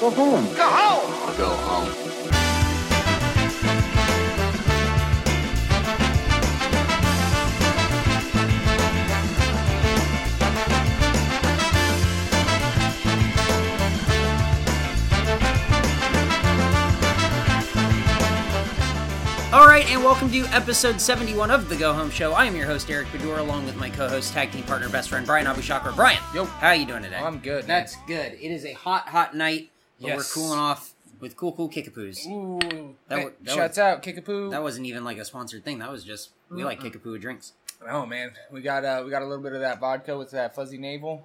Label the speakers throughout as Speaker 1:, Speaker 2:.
Speaker 1: Go home. Go home.
Speaker 2: Go home.
Speaker 3: All right, and welcome to episode 71 of the Go Home Show. I am your host Eric Bedour, along with my co-host, tag team partner, best friend Brian Abushakra. Brian,
Speaker 4: Yo.
Speaker 3: how you doing today?
Speaker 4: I'm good. man.
Speaker 3: That's good. It is a hot, hot night, but we're
Speaker 4: Yes.
Speaker 3: cooling off with cool, cool kickapoos.
Speaker 4: Ooh.
Speaker 3: That
Speaker 4: hey,
Speaker 3: wa- that
Speaker 4: shouts out Kickapoo.
Speaker 3: That wasn't even like a sponsored thing. That was just we like kickapoo with drinks.
Speaker 4: oh man, we got uh, we got a little bit of that vodka with that fuzzy navel.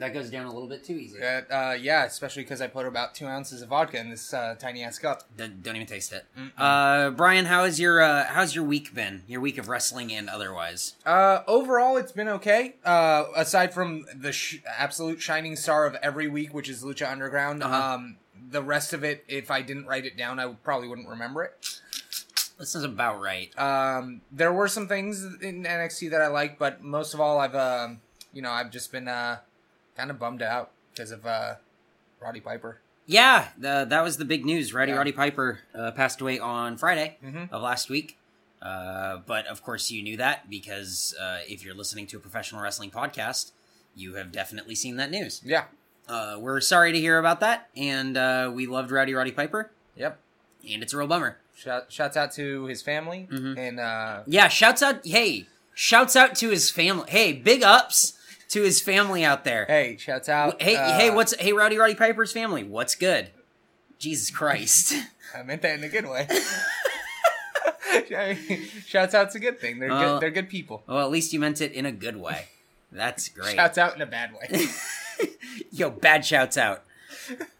Speaker 3: That goes down a little bit too easy.
Speaker 4: That, uh, yeah, especially because I put about two ounces of vodka in this uh, tiny ass cup.
Speaker 3: Don't, don't even taste it. Uh, Brian, how is your uh, how's your week been? Your week of wrestling and otherwise.
Speaker 4: Uh, overall, it's been okay. Uh, aside from the sh- absolute shining star of every week, which is Lucha Underground.
Speaker 3: Uh-huh.
Speaker 4: Um, the rest of it, if I didn't write it down, I probably wouldn't remember it.
Speaker 3: This is about right.
Speaker 4: Um, there were some things in NXT that I liked, but most of all, I've um, you know, I've just been uh, kind of bummed out because of uh, Roddy Piper.
Speaker 3: Yeah, the, that was the big news. Roddy
Speaker 4: Yeah.
Speaker 3: Roddy Piper uh, passed away on Friday
Speaker 4: Mhm.
Speaker 3: of last week. Uh, but of course, you knew that because uh, if you're listening to a professional wrestling podcast, you have definitely seen that news.
Speaker 4: Yeah.
Speaker 3: Uh, we're sorry to hear about that, and uh, we loved Rowdy Roddy Piper,
Speaker 4: Yep.
Speaker 3: and it's a real bummer.
Speaker 4: Shout, shouts out to his family
Speaker 3: Mm-hmm.
Speaker 4: and uh,
Speaker 3: Yeah, shouts out. Hey, shouts out to his family. Hey, big ups to his family out there.
Speaker 4: hey, shouts out.
Speaker 3: Hey,
Speaker 4: uh,
Speaker 3: hey, what's hey, Rowdy Roddy Piper's family? What's good? Jesus Christ.
Speaker 4: I meant that in a good way. I mean, shouts out's a good thing. They're
Speaker 3: Well,
Speaker 4: good. They're good people.
Speaker 3: well, at least you meant it in a good way. That's great.
Speaker 4: Shouts out in a bad way.
Speaker 3: Yo, bad shouts out.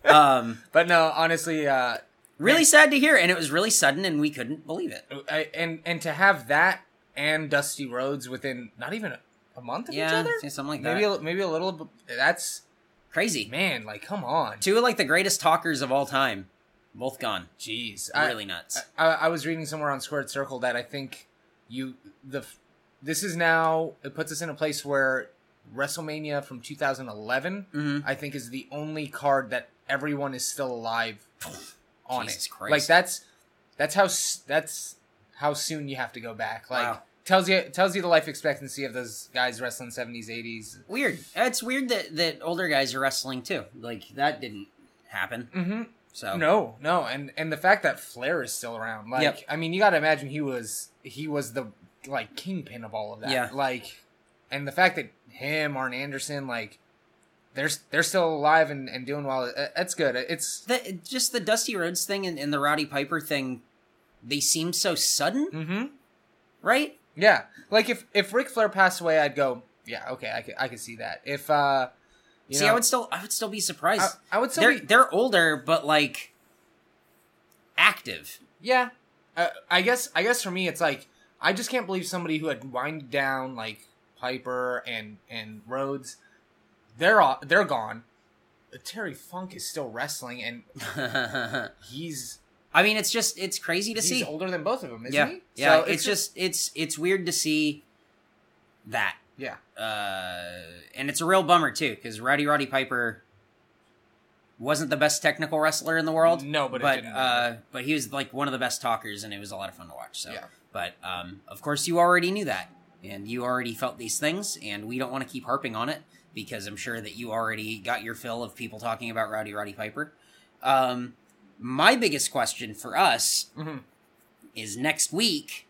Speaker 3: Um,
Speaker 4: but no, honestly, uh,
Speaker 3: really sad to hear, and it was really sudden, and we couldn't believe it.
Speaker 4: I, and and to have that and Dusty Rhodes within not even a, a month of each
Speaker 3: Yeah,
Speaker 4: other,
Speaker 3: yeah, something like
Speaker 4: maybe
Speaker 3: that.
Speaker 4: a, maybe a little. b- That's
Speaker 3: Crazy.
Speaker 4: man, like come on,
Speaker 3: Two of like the greatest talkers of all time, both gone.
Speaker 4: jeez, I-
Speaker 3: Really nuts.
Speaker 4: I, I was reading somewhere on Squared Circle that I think you the f- this is now it puts us in a place where WrestleMania from 2011
Speaker 3: Mhm.
Speaker 4: I think is the only card that everyone is still alive on
Speaker 3: Jesus
Speaker 4: it.
Speaker 3: Christ.
Speaker 4: Like that's that's how s- that's how soon you have to go back. Like
Speaker 3: Wow.
Speaker 4: tells you tells you the life expectancy of those guys wrestling 70s 80s.
Speaker 3: Weird. It's weird that that older guys are wrestling too. Like that didn't happen.
Speaker 4: Mm-hmm.
Speaker 3: So
Speaker 4: No, no, and and the fact that Flair is still around, like
Speaker 3: Yep.
Speaker 4: I mean, you got to imagine he was he was the like kingpin of all of that,
Speaker 3: Yeah.
Speaker 4: Like, and the fact that him, Arn Anderson, like they're they're still alive and, and doing well. uh, That's good. It's
Speaker 3: the, just the Dusty Rhodes thing and, and the Roddy Piper thing, they seem so sudden,
Speaker 4: mm-hmm.
Speaker 3: right?
Speaker 4: yeah. Like if if Ric Flair passed away, I'd go, yeah, okay, I could I could see that. If uh, you
Speaker 3: See,
Speaker 4: know,
Speaker 3: I would still, I would still be surprised.
Speaker 4: I, I would still
Speaker 3: they're
Speaker 4: be,
Speaker 3: they're older, but like active.
Speaker 4: Yeah, uh, I guess. I guess for me, it's like I just can't believe somebody who had wind down like Piper and and Rhodes. They're all they're gone. Uh, Terry Funk is still wrestling, and
Speaker 3: I
Speaker 4: he's
Speaker 3: mean, it's just it's crazy to
Speaker 4: he's
Speaker 3: see.
Speaker 4: older than both of them, isn't
Speaker 3: yeah,
Speaker 4: he?
Speaker 3: yeah.
Speaker 4: So
Speaker 3: it's, just, it's it's weird to see that,
Speaker 4: yeah.
Speaker 3: uh, and it's a real bummer too because Rowdy Roddy Piper wasn't the best technical wrestler in the world.
Speaker 4: No, but it
Speaker 3: but
Speaker 4: didn't
Speaker 3: uh,
Speaker 4: matter.
Speaker 3: but he was like one of the best talkers, and it was a lot of fun to watch. So,
Speaker 4: Yeah.
Speaker 3: but um, of course, you already knew that, and you already felt these things, and we don't want to keep harping on it because I'm sure that you already got your fill of people talking about Rowdy Roddy Piper. Um, my biggest question for us
Speaker 4: Mhm.
Speaker 3: is next week,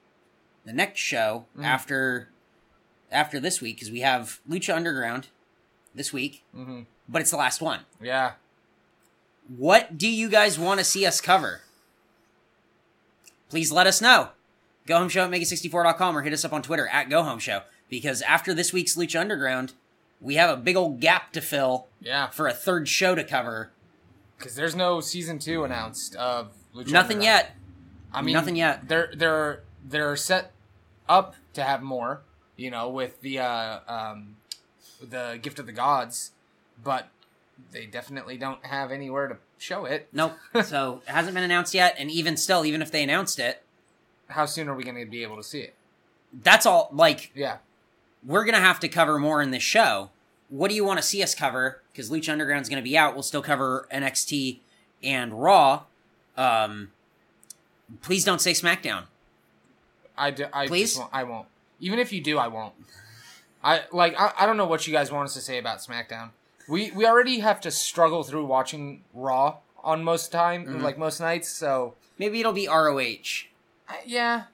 Speaker 3: the next show
Speaker 4: Mhm.
Speaker 3: after after this week, because we have Lucha Underground this week,
Speaker 4: Mhm.
Speaker 3: but it's the last one.
Speaker 4: Yeah.
Speaker 3: What do you guys want to see us cover? Please let us know. Go home show at mega64.com or hit us up on Twitter at Go Home Show. Because after this week's Lucha Underground, we have a big old gap to fill
Speaker 4: Yeah.
Speaker 3: for a third show to cover.
Speaker 4: Because there's no season two announced of Lucha
Speaker 3: Nothing
Speaker 4: Underground.
Speaker 3: yet.
Speaker 4: I mean,
Speaker 3: Nothing yet.
Speaker 4: They're they're they're set up to have more, you know, with the uh, um, the gift of the gods, but they definitely don't have anywhere to show it.
Speaker 3: Nope. so it hasn't been announced yet. And even still, even if they announced it,
Speaker 4: How soon are we going to be able to see it?
Speaker 3: that's all. Like,
Speaker 4: Yeah,
Speaker 3: we're going to have to cover more in this show what do you want to see us cover? Because Lucha Underground's going to be out. We'll still cover NXT and Raw. Um, please don't say SmackDown.
Speaker 4: I, d- I
Speaker 3: Please?
Speaker 4: just won't, I won't. Even if you do, I won't. I like I, I don't know what you guys want us to say about SmackDown. We we already have to struggle through watching Raw on most time,
Speaker 3: Mhm.
Speaker 4: like most nights. So
Speaker 3: Maybe it'll be ROH.
Speaker 4: I, yeah,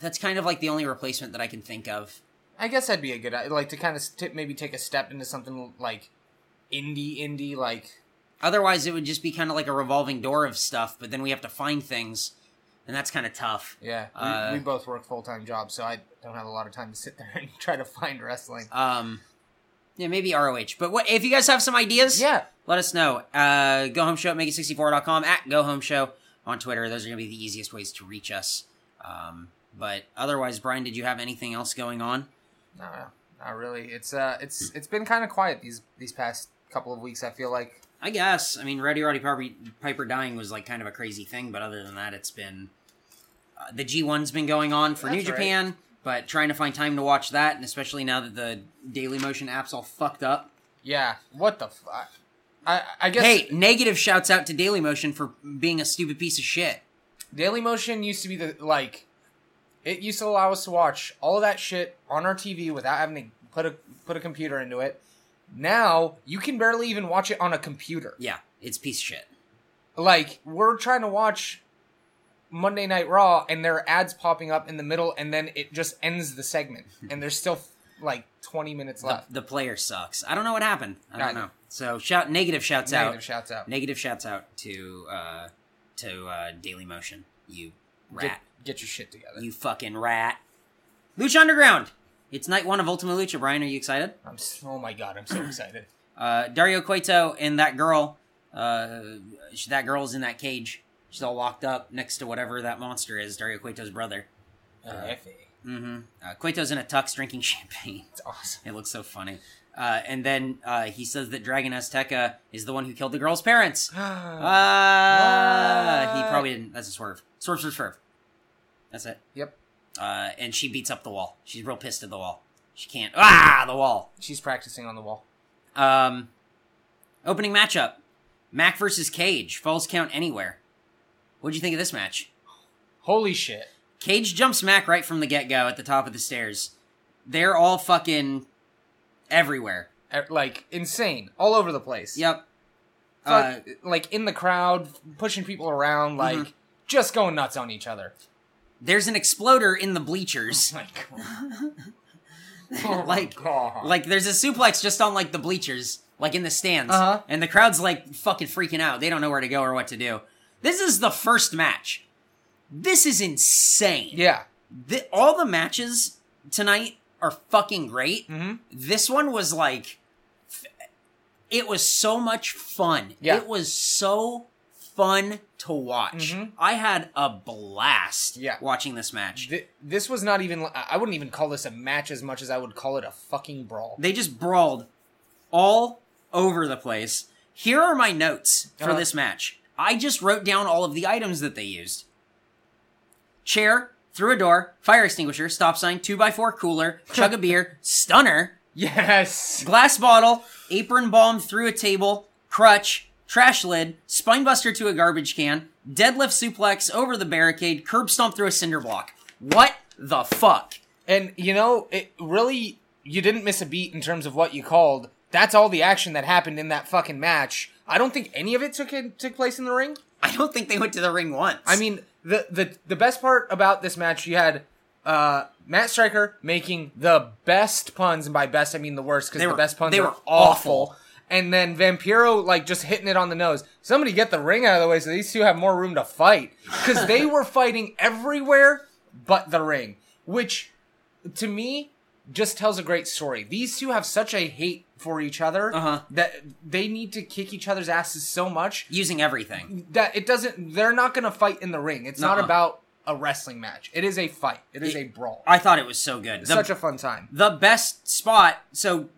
Speaker 3: That's kind of like the only replacement that I can think of.
Speaker 4: I guess that'd be a good like to kind of st- maybe take a step into something like indie indie like
Speaker 3: Otherwise, it would just be kind of like a revolving door of stuff, but then we have to find things, and that's kind of tough.
Speaker 4: yeah. We,
Speaker 3: Uh,
Speaker 4: we both work full time jobs, so I don't have a lot of time to sit there and try to find wrestling.
Speaker 3: Um, yeah, maybe ROH. But what if you guys have some ideas?
Speaker 4: Yeah,
Speaker 3: let us know. Uh, go home show at make64.com at go home show on Twitter. Those are going to be the easiest ways to reach us. Um, but otherwise, Brian, did you have anything else going on?
Speaker 4: No, no, not really. It's uh, it's it's been kind of quiet these these past couple of weeks. I feel like
Speaker 3: I guess. I mean, Rowdy Roddy Piper, Piper dying was like kind of a crazy thing, but other than that, it's been uh, the G1's been going on for New
Speaker 4: That's right.
Speaker 3: Japan, but trying to find time to watch that, and especially now that the Daily Motion app's all fucked up.
Speaker 4: yeah, what the fuck? I I guess
Speaker 3: Hey, negative shouts out to Daily Motion for being a stupid piece of shit.
Speaker 4: Dailymotion used to be the like, it used to allow us to watch all of that shit on our TV without having to put a put a computer into it. Now you can barely even watch it on a computer.
Speaker 3: Yeah, it's piece of shit.
Speaker 4: Like we're trying to watch Monday Night Raw and there are ads popping up in the middle, and then it just ends the segment, and there's still like 20 minutes
Speaker 3: the,
Speaker 4: left.
Speaker 3: the player sucks. I don't know what happened. I
Speaker 4: I
Speaker 3: don't
Speaker 4: know.
Speaker 3: know. So shout negative shouts
Speaker 4: Negative
Speaker 3: out.
Speaker 4: shouts out.
Speaker 3: Negative shouts out to uh, to uh, Daily Motion. You rat.
Speaker 4: Get, get your shit together.
Speaker 3: You fucking rat. Lucha Underground. It's night one of Ultima Lucha. Brian, are you excited?
Speaker 4: I'm s oh my god, I'm so excited.
Speaker 3: Uh, Dario Cueto and that girl. Uh, she, that girl's in that cage. She's all locked up next to whatever that monster is. Dario Cueto's brother.
Speaker 4: Uh, Effie.
Speaker 3: Mm-hmm. Uh, Cueto's in a tux drinking champagne.
Speaker 4: It's awesome.
Speaker 3: It looks so funny. Uh, and then uh, he says that Dragon Azteca is the one who killed the girl's parents. uh, Ah, he
Speaker 4: What?
Speaker 3: probably didn't. That's a swerve. Swerve, swerve, swerve. That's it.
Speaker 4: yep,
Speaker 3: Uh, and she beats up the wall. She's real pissed at the wall. She can't. Ah, the wall.
Speaker 4: she's practicing on the wall.
Speaker 3: Um, opening matchup: Mac versus Cage. Falls count anywhere. What'd you think of this match?
Speaker 4: Holy shit.
Speaker 3: Cage jumps Mac right from the get go at the top of the stairs. They're all fucking everywhere.
Speaker 4: E- Like, insane. All over the place.
Speaker 3: Yep. Uh,
Speaker 4: Fuck, like, in the crowd, pushing people around, like,
Speaker 3: Mhm.
Speaker 4: just going nuts on each other.
Speaker 3: there's an exploder in the bleachers.
Speaker 4: Like, oh
Speaker 3: Like-
Speaker 4: God.
Speaker 3: Like there's a suplex just on like the bleachers, like in the stands,
Speaker 4: Uh-huh.
Speaker 3: and the crowd's like fucking freaking out. They don't know where to go or what to do. This is the first match. This is insane.
Speaker 4: yeah.
Speaker 3: Thi- all the matches tonight are fucking great.
Speaker 4: Mm-hmm.
Speaker 3: This one was like, f- it was so much fun.
Speaker 4: Yeah.
Speaker 3: It was so fun to watch.
Speaker 4: Mhm.
Speaker 3: I had a blast.
Speaker 4: Yeah.
Speaker 3: watching this match.
Speaker 4: Th- this was not even, I I wouldn't even call this a match as much as I would call it a fucking brawl.
Speaker 3: They just brawled all over the place. Here are my notes for
Speaker 4: Uh-huh.
Speaker 3: this match. I just wrote down all of the items that they used chair, through a door, fire extinguisher, stop sign, 2x4 cooler, chug a beer, stunner,
Speaker 4: Yes!
Speaker 3: glass bottle, apron bomb through a table, crutch, trash lid, spine buster to a garbage can, deadlift suplex over the barricade, curb stomp through a cinder block. What the fuck?
Speaker 4: And you know, it really you didn't miss a beat in terms of what you called. That's all the action that happened in that fucking match. I don't think any of it took in, took place in the ring.
Speaker 3: I don't think they went to the ring once.
Speaker 4: I mean, the the the best part about this match, you had uh, Matt Stryker making the best puns, and by best I mean the worst because
Speaker 3: They
Speaker 4: the
Speaker 3: were-
Speaker 4: best puns
Speaker 3: they
Speaker 4: are
Speaker 3: were
Speaker 4: awful.
Speaker 3: awful.
Speaker 4: And then Vampiro like just hitting it on the nose. Somebody get the ring out of the way so these two have more room to fight because they were fighting everywhere but the ring, which to me just tells a great story. These two have such a hate for each other
Speaker 3: Uh-huh.
Speaker 4: that they need to kick each other's asses so much
Speaker 3: using everything.
Speaker 4: that it doesn't they're not going to fight in the ring it's not
Speaker 3: Nuh-uh.
Speaker 4: about a wrestling match it is a fight it uh, is a brawl
Speaker 3: I thought it was so good. The,
Speaker 4: such a fun time
Speaker 3: the best spot. So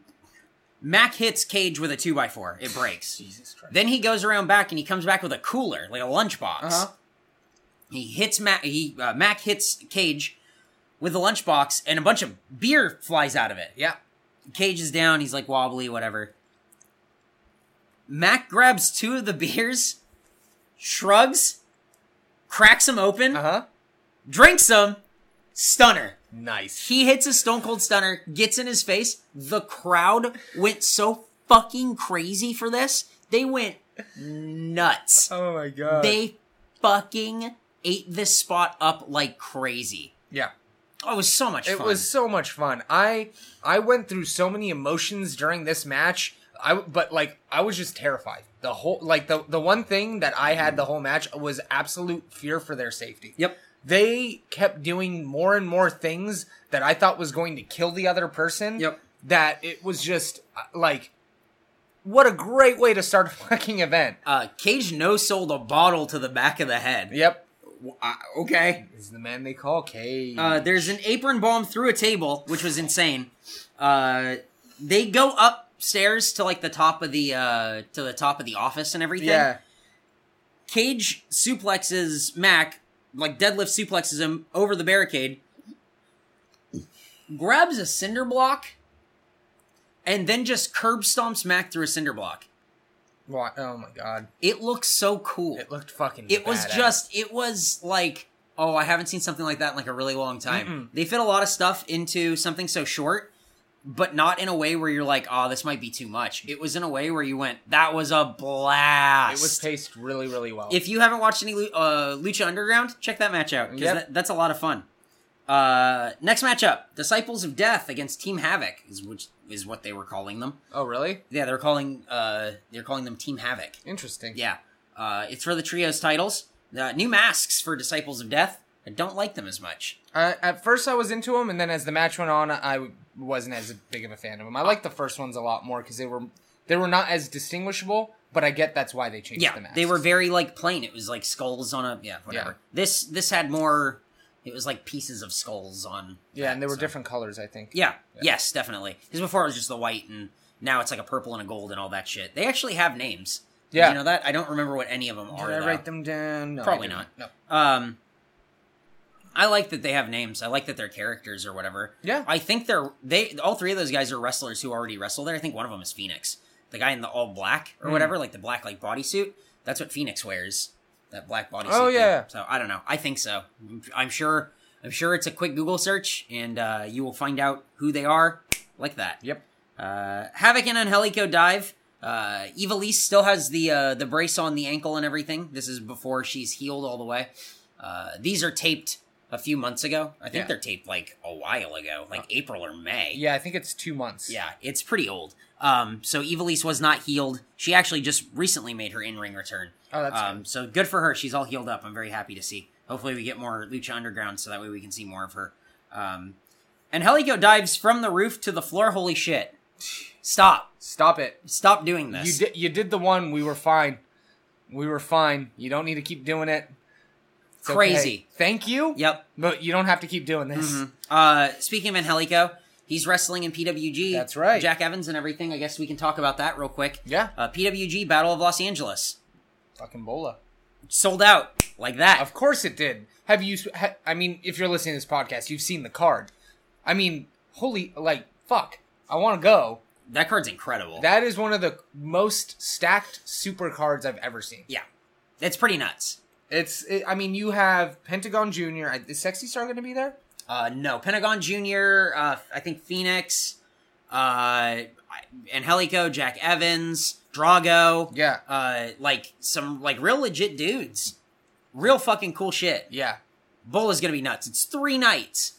Speaker 3: Mac hits Cage with a two by four. It breaks.
Speaker 4: jesus christ
Speaker 3: then he goes around back and he comes back with a cooler, like a lunchbox.
Speaker 4: uh-huh.
Speaker 3: He hits Mac. He uh, Mac hits Cage with the lunchbox, and a bunch of beer flies out of it.
Speaker 4: yeah
Speaker 3: Cage is down. He's like wobbly, whatever. Mac grabs two of the beers, shrugs, cracks them open,
Speaker 4: Uh huh.
Speaker 3: drinks them, stunner.
Speaker 4: Nice.
Speaker 3: He hits a stone cold stunner, gets in his face. The crowd went so fucking crazy for this. They went nuts.
Speaker 4: Oh my god.
Speaker 3: They fucking ate this spot up like crazy.
Speaker 4: yeah.
Speaker 3: Oh, it was so much
Speaker 4: It
Speaker 3: fun.
Speaker 4: was so much fun. I I went through so many emotions during this match. I but like I was just terrified. The whole like the the one thing that I had the whole match was absolute fear for their safety.
Speaker 3: Yep.
Speaker 4: They kept doing more and more things that I thought was going to kill the other person.
Speaker 3: Yep.
Speaker 4: That it was just uh, like what a great way to start a fucking event.
Speaker 3: Uh, Cage no sold a bottle to the back of the head.
Speaker 4: Yep.
Speaker 3: Uh, okay.
Speaker 4: Is the man they call Cage.
Speaker 3: Uh, there's an apron bomb through a table, which was insane. Uh, they go upstairs to like the top of the uh, to the top of the office and everything.
Speaker 4: yeah.
Speaker 3: Cage suplexes Mac, like deadlift suplexes him over the barricade, grabs a cinder block, and then just curb stomps Mac through a cinder block.
Speaker 4: Why- Oh my god.
Speaker 3: It looks so cool.
Speaker 4: It looked fucking
Speaker 3: It was
Speaker 4: badass.
Speaker 3: just, it was like, oh, I haven't seen something like that in like a really long time.
Speaker 4: Mm-mm.
Speaker 3: They fit a lot of stuff into something so short, but not in a way where you're like, oh, this might be too much. It was in a way where you went, that was a blast.
Speaker 4: It was paced really, really well.
Speaker 3: If you haven't watched any Lu- uh, Lucha Underground, check that match out because
Speaker 4: Yep.
Speaker 3: that, that's a lot of fun. Uh, next matchup: Disciples of Death against Team Havoc is which is what they were calling them.
Speaker 4: oh, really?
Speaker 3: Yeah, they're calling uh, they're calling them Team Havoc.
Speaker 4: Interesting.
Speaker 3: Yeah, uh, it's for the trios titles. Uh, new masks for Disciples of Death. I don't like them as much.
Speaker 4: Uh, at first, I was into them, and then as the match went on, I w- wasn't as big of a fan of them. I liked the first ones a lot more because they were they were not as distinguishable. But I get that's why they changed
Speaker 3: Yeah,
Speaker 4: the masks.
Speaker 3: they were very like plain. It was like skulls on a yeah whatever.
Speaker 4: Yeah.
Speaker 3: This this had more. It was like pieces of skulls on.
Speaker 4: yeah, and they were
Speaker 3: different.
Speaker 4: different colors. I think.
Speaker 3: Yeah. Yes, definitely. Because before it was just the white, and now it's like a purple and a gold and all that shit. They actually have names. Did
Speaker 4: Yeah.
Speaker 3: You know that? I don't remember what any of them are.
Speaker 4: Did I
Speaker 3: though.
Speaker 4: write them down? No, I
Speaker 3: Probably
Speaker 4: didn't. No.
Speaker 3: Um, I like that they have names. I like that they're characters or whatever.
Speaker 4: Yeah.
Speaker 3: I think they're they all three of those guys are wrestlers who already wrestled there. I think one of them is Phoenix, the guy in the all black or
Speaker 4: Hmm.
Speaker 3: whatever, like the black like bodysuit. That's what Phoenix wears. That black bodysuit.
Speaker 4: Oh,
Speaker 3: thing.
Speaker 4: yeah.
Speaker 3: So I don't know. I think so. I'm sure. I'm sure it's a quick Google search, and uh, you will find out who they are like that.
Speaker 4: Yep.
Speaker 3: Uh, Havoc and Angelico dive. Uh, Evilise still has the uh, the brace on the ankle and everything. This is before she's healed all the way. Uh, these are taped a few months ago. I think
Speaker 4: Yeah.
Speaker 3: they're taped like a while ago, like April or May.
Speaker 4: Yeah, I think it's two months.
Speaker 3: Yeah, it's pretty old. Um, so Evilise was not healed. She actually just recently made her in ring return.
Speaker 4: Oh, that's
Speaker 3: um, so good for her. She's all healed up. I'm very happy to see. Hopefully, we get more Lucha Underground so that way we can see more of her. Um, and Helico dives from the roof to the floor. Holy shit! Stop!
Speaker 4: Stop it.
Speaker 3: Stop doing
Speaker 4: You
Speaker 3: this.
Speaker 4: did. You did the one. We were fine. We were fine. You don't need to keep doing it. It's okay.
Speaker 3: Crazy.
Speaker 4: Thank you.
Speaker 3: Yep.
Speaker 4: But you don't have to keep doing this.
Speaker 3: Mhm. Uh, speaking of Helico, he's wrestling in PWG.
Speaker 4: That's right.
Speaker 3: Jack Evans and everything. I guess we can talk about that real quick.
Speaker 4: Yeah.
Speaker 3: Uh, PWG Battle of Los Angeles
Speaker 4: Fucking bola.
Speaker 3: sold out like that.
Speaker 4: Of course it did. Have you? Ha, I mean, if you're listening to this podcast, you've seen the card. I mean, holy, like, fuck. I want to go.
Speaker 3: that card's incredible.
Speaker 4: That is one of the most stacked super cards I've ever seen.
Speaker 3: yeah, it's pretty nuts.
Speaker 4: It's. It, I mean, you have Pentagon Junior. Is Sexy Star going to be there?
Speaker 3: Uh, no, Pentagon Junior. Uh, I think Phoenix, uh, I- Angelico, Jack Evans, Drago.
Speaker 4: Yeah.
Speaker 3: Uh, like some like real legit dudes, real fucking cool shit.
Speaker 4: Yeah.
Speaker 3: Bull is gonna be nuts. It's three nights,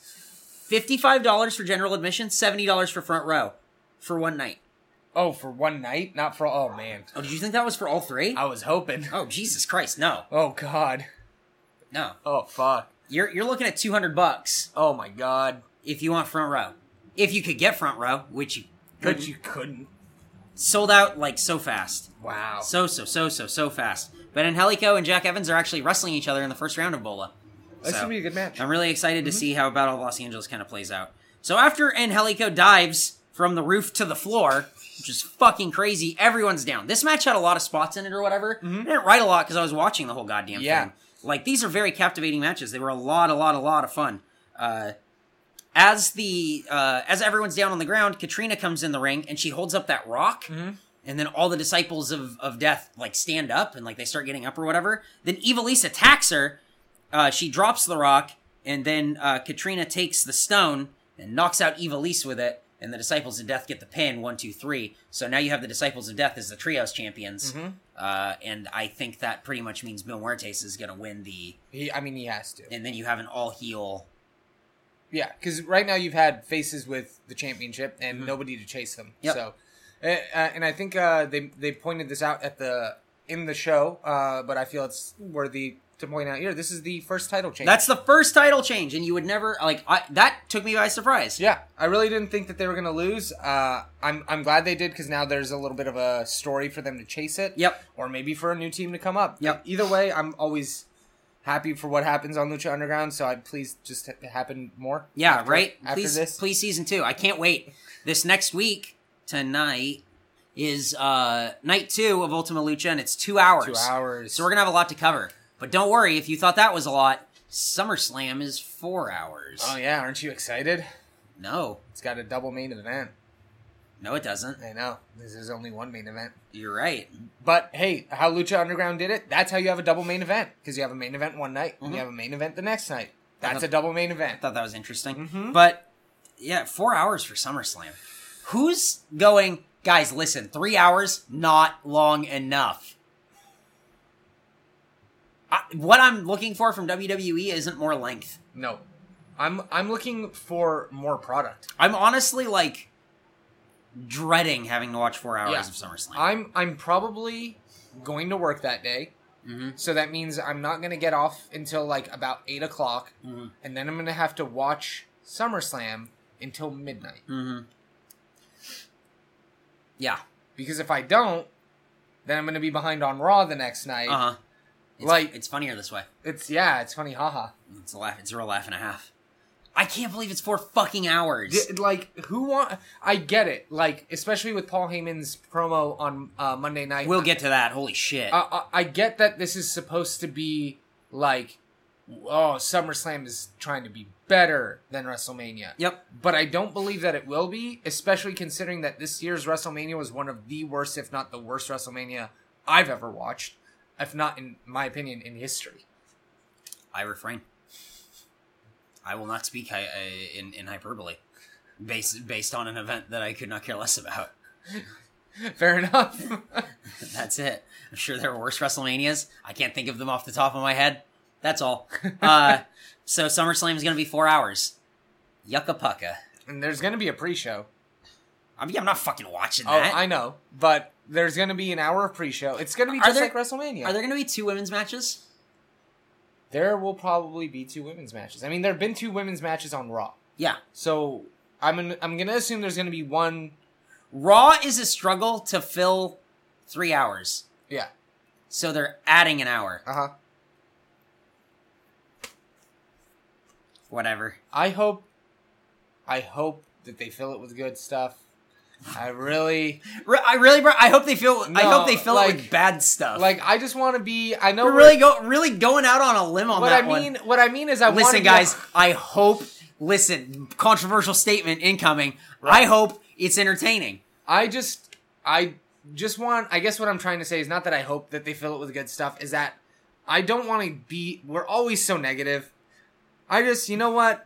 Speaker 3: fifty five dollars for general admission, seventy dollars for front row, for one night.
Speaker 4: Oh, for one night, not for. Oh man,
Speaker 3: Oh, did you think that was for all three?
Speaker 4: I was hoping.
Speaker 3: Oh Jesus Christ, no,
Speaker 4: Oh god.
Speaker 3: no.
Speaker 4: Oh fuck.
Speaker 3: You're you're looking at two hundred bucks
Speaker 4: Oh my god.
Speaker 3: if you want front row, if you could get front row, which you
Speaker 4: But you couldn't.
Speaker 3: sold out like so fast.
Speaker 4: Wow.
Speaker 3: So, so, so, so, so fast. But Angelico and Jack Evans are actually wrestling each other in the first round of Bola.
Speaker 4: This
Speaker 3: So,
Speaker 4: would be a good match.
Speaker 3: I'm really excited to see how Battle of Los Angeles kind of plays out. So after Angelico dives from the roof to the floor, which is fucking crazy, everyone's down. This match had a lot of spots in it or whatever. I didn't write a lot because I was watching the whole goddamn
Speaker 4: Yeah.
Speaker 3: thing. Like, these are very captivating matches. They were a lot, a lot, a lot of fun. Uh, as the uh, as everyone's down on the ground, Katrina comes in the ring and she holds up that rock,
Speaker 4: Mhm.
Speaker 3: and then all the disciples of of death like stand up and like they start getting up or whatever. Then Evilise attacks her. Uh, she drops the rock, and then uh, Katrina takes the stone and knocks out Evilise with it. And the disciples of death get the pin one, two, three. So now you have the disciples of death as the trios champions,
Speaker 4: Mhm.
Speaker 3: uh, and I think that pretty much means Bill Muertes is going to win the.
Speaker 4: He, I mean, he has to.
Speaker 3: And then you have an all heel
Speaker 4: Yeah, because right now you've had faces with the championship and
Speaker 3: Mhm.
Speaker 4: nobody to chase them.
Speaker 3: Yep.
Speaker 4: So, uh, uh, and I think uh, they they pointed this out at the in the show, uh, but I feel it's worthy to point out here. This is the first title change.
Speaker 3: That's the first title change, and you would never like I, that took me by surprise.
Speaker 4: yeah. I really didn't think that they were going to lose. Uh, I'm I'm glad they did because now there's a little bit of a story for them to chase it.
Speaker 3: Yep.
Speaker 4: Or maybe for a new team to come up.
Speaker 3: Yep.
Speaker 4: Either way, I'm always happy for what happens on Lucha Underground. So I'd please just ha- happen more.
Speaker 3: Yeah,
Speaker 4: after-
Speaker 3: right.
Speaker 4: After
Speaker 3: please,
Speaker 4: this,
Speaker 3: please, season two. I can't wait. This next week tonight is uh night two of Ultima Lucha, and it's two hours.
Speaker 4: two hours.
Speaker 3: So we're gonna have a lot to cover. But don't worry if you thought that was a lot. SummerSlam is four hours.
Speaker 4: Oh yeah, aren't you excited?
Speaker 3: No,
Speaker 4: It's got a double main event.
Speaker 3: no, it doesn't.
Speaker 4: I know. This is only one main event.
Speaker 3: You're right.
Speaker 4: But hey, how Lucha Underground did it, that's how you have a double main event. Because you have a main event one night, and
Speaker 3: Mhm.
Speaker 4: you have a main event the next night. That's
Speaker 3: thought-
Speaker 4: a double main event.
Speaker 3: thought that was interesting.
Speaker 4: Mhm.
Speaker 3: But yeah, four hours for SummerSlam. Who's going, guys, listen, three hours, not long enough. I, what I'm looking for from WWE isn't more length.
Speaker 4: No. I'm I'm looking for more product.
Speaker 3: I'm honestly like dreading having to watch four hours
Speaker 4: Yeah.
Speaker 3: of SummerSlam.
Speaker 4: I'm I'm probably going to work that day.
Speaker 3: Mhm.
Speaker 4: So that means I'm not gonna get off until like about eight o'clock,
Speaker 3: Mhm.
Speaker 4: and then I'm gonna have to watch SummerSlam until midnight.
Speaker 3: hmm Yeah.
Speaker 4: Because if I don't, then I'm gonna be behind on Raw the next night.
Speaker 3: Uh huh.
Speaker 4: Like-
Speaker 3: it's funnier this way.
Speaker 4: It's yeah, it's funny, haha.
Speaker 3: It's a laugh. It's a real laugh and a half. I can't believe it's four fucking hours.
Speaker 4: D- like who want? I get it. Like especially with Paul Heyman's promo on uh, Monday night.
Speaker 3: we'll get to that. Holy shit.
Speaker 4: I, I, I get that this is supposed to be like, oh, SummerSlam is trying to be better than WrestleMania.
Speaker 3: yep.
Speaker 4: But I don't believe that it will be, especially considering that this year's WrestleMania was one of the worst, if not the worst WrestleMania I've ever watched, if not in my opinion in history.
Speaker 3: I refrain. I will not speak hi- uh, in in hyperbole, based based on an event that I could not care less about.
Speaker 4: Fair enough.
Speaker 3: That's it. I'm sure there are worse WrestleManias. I can't think of them off the top of my head. That's all. Uh, so SummerSlam is going to be four hours. Yucca pucka.
Speaker 4: and there's gonna be a pre-show.
Speaker 3: I mean, I'm not fucking watching
Speaker 4: Oh,
Speaker 3: that.
Speaker 4: I know, but there's gonna be an hour of pre-show. It's gonna be
Speaker 3: Are
Speaker 4: just
Speaker 3: there-
Speaker 4: like WrestleMania.
Speaker 3: Are there going to be two women's matches?
Speaker 4: there will probably be two women's matches. I mean, there have been two women's matches on Raw,
Speaker 3: Yeah.
Speaker 4: so I'm gonna, I'm gonna assume there's gonna be one.
Speaker 3: Raw is a struggle to fill three hours,
Speaker 4: Yeah.
Speaker 3: so they're adding an hour.
Speaker 4: Uh huh.
Speaker 3: Whatever.
Speaker 4: I hope, I hope that they fill it with good stuff. I really
Speaker 3: Re- I really, bro. I hope they feel. I
Speaker 4: No,
Speaker 3: hope they fill it with
Speaker 4: like-
Speaker 3: bad stuff.
Speaker 4: like. I just want to be. I know
Speaker 3: we're really go, really going out on a limb on
Speaker 4: What
Speaker 3: that
Speaker 4: I
Speaker 3: one.
Speaker 4: mean, what I mean is, I wanna
Speaker 3: listen,
Speaker 4: be-
Speaker 3: guys. I hope. Listen, controversial statement incoming. I hope it's entertaining.
Speaker 4: I just I just want I guess what I'm trying to say is not that I hope that they fill it with good stuff is that I don't want to be we're always so negative. I just you know what?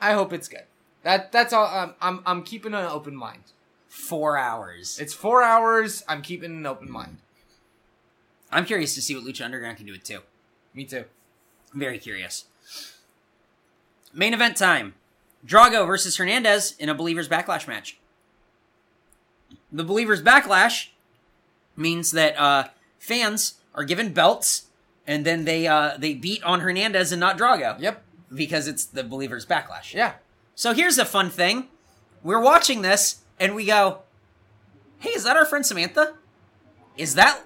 Speaker 4: I hope it's good. That that's all I'm I'm I'm keeping an open mind.
Speaker 3: Four hours.
Speaker 4: It's 4 hours, I'm keeping an open mind.
Speaker 3: I'm curious to see what Lucha Underground can do with too.
Speaker 4: Me too.
Speaker 3: I'm very curious. Main event time: Drago versus Hernandez in a Believers Backlash match. The Believers Backlash means that uh, fans are given belts, and then they uh, they beat on Hernandez and not Drago
Speaker 4: Yep.
Speaker 3: because it's the Believers Backlash.
Speaker 4: Yeah.
Speaker 3: So here's a fun thing: we're watching this and we go, "Hey, is that our friend Samantha? Is that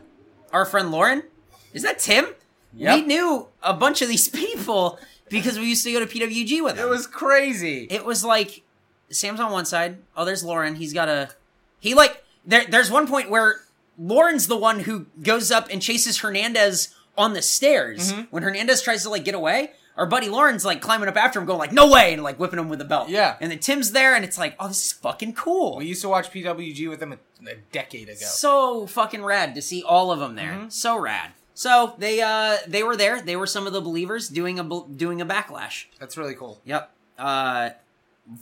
Speaker 3: our friend Lauren? Is that Tim?" We
Speaker 4: Yep.
Speaker 3: knew a bunch of these people because we used to go to PWG with them.
Speaker 4: It was crazy.
Speaker 3: It was like Sam's on one side. Oh, there's Lauren. He's got a. He like there. There's one point where Lauren's the one who goes up and chases Hernandez on the stairs when Hernandez tries to like get away. Our buddy Lauren's like climbing up after him, going like, "No way!" and like whipping him with the belt.
Speaker 4: Yeah.
Speaker 3: And then Tim's there, and it's like, "Oh, this is fucking cool."
Speaker 4: We used to watch PWG with them a, a decade ago.
Speaker 3: So fucking rad to see all of them there.
Speaker 4: Mhm.
Speaker 3: So rad. So they uh they were there. They were some of the believers doing a bel- doing a backlash.
Speaker 4: That's really cool.
Speaker 3: Yep. Uh,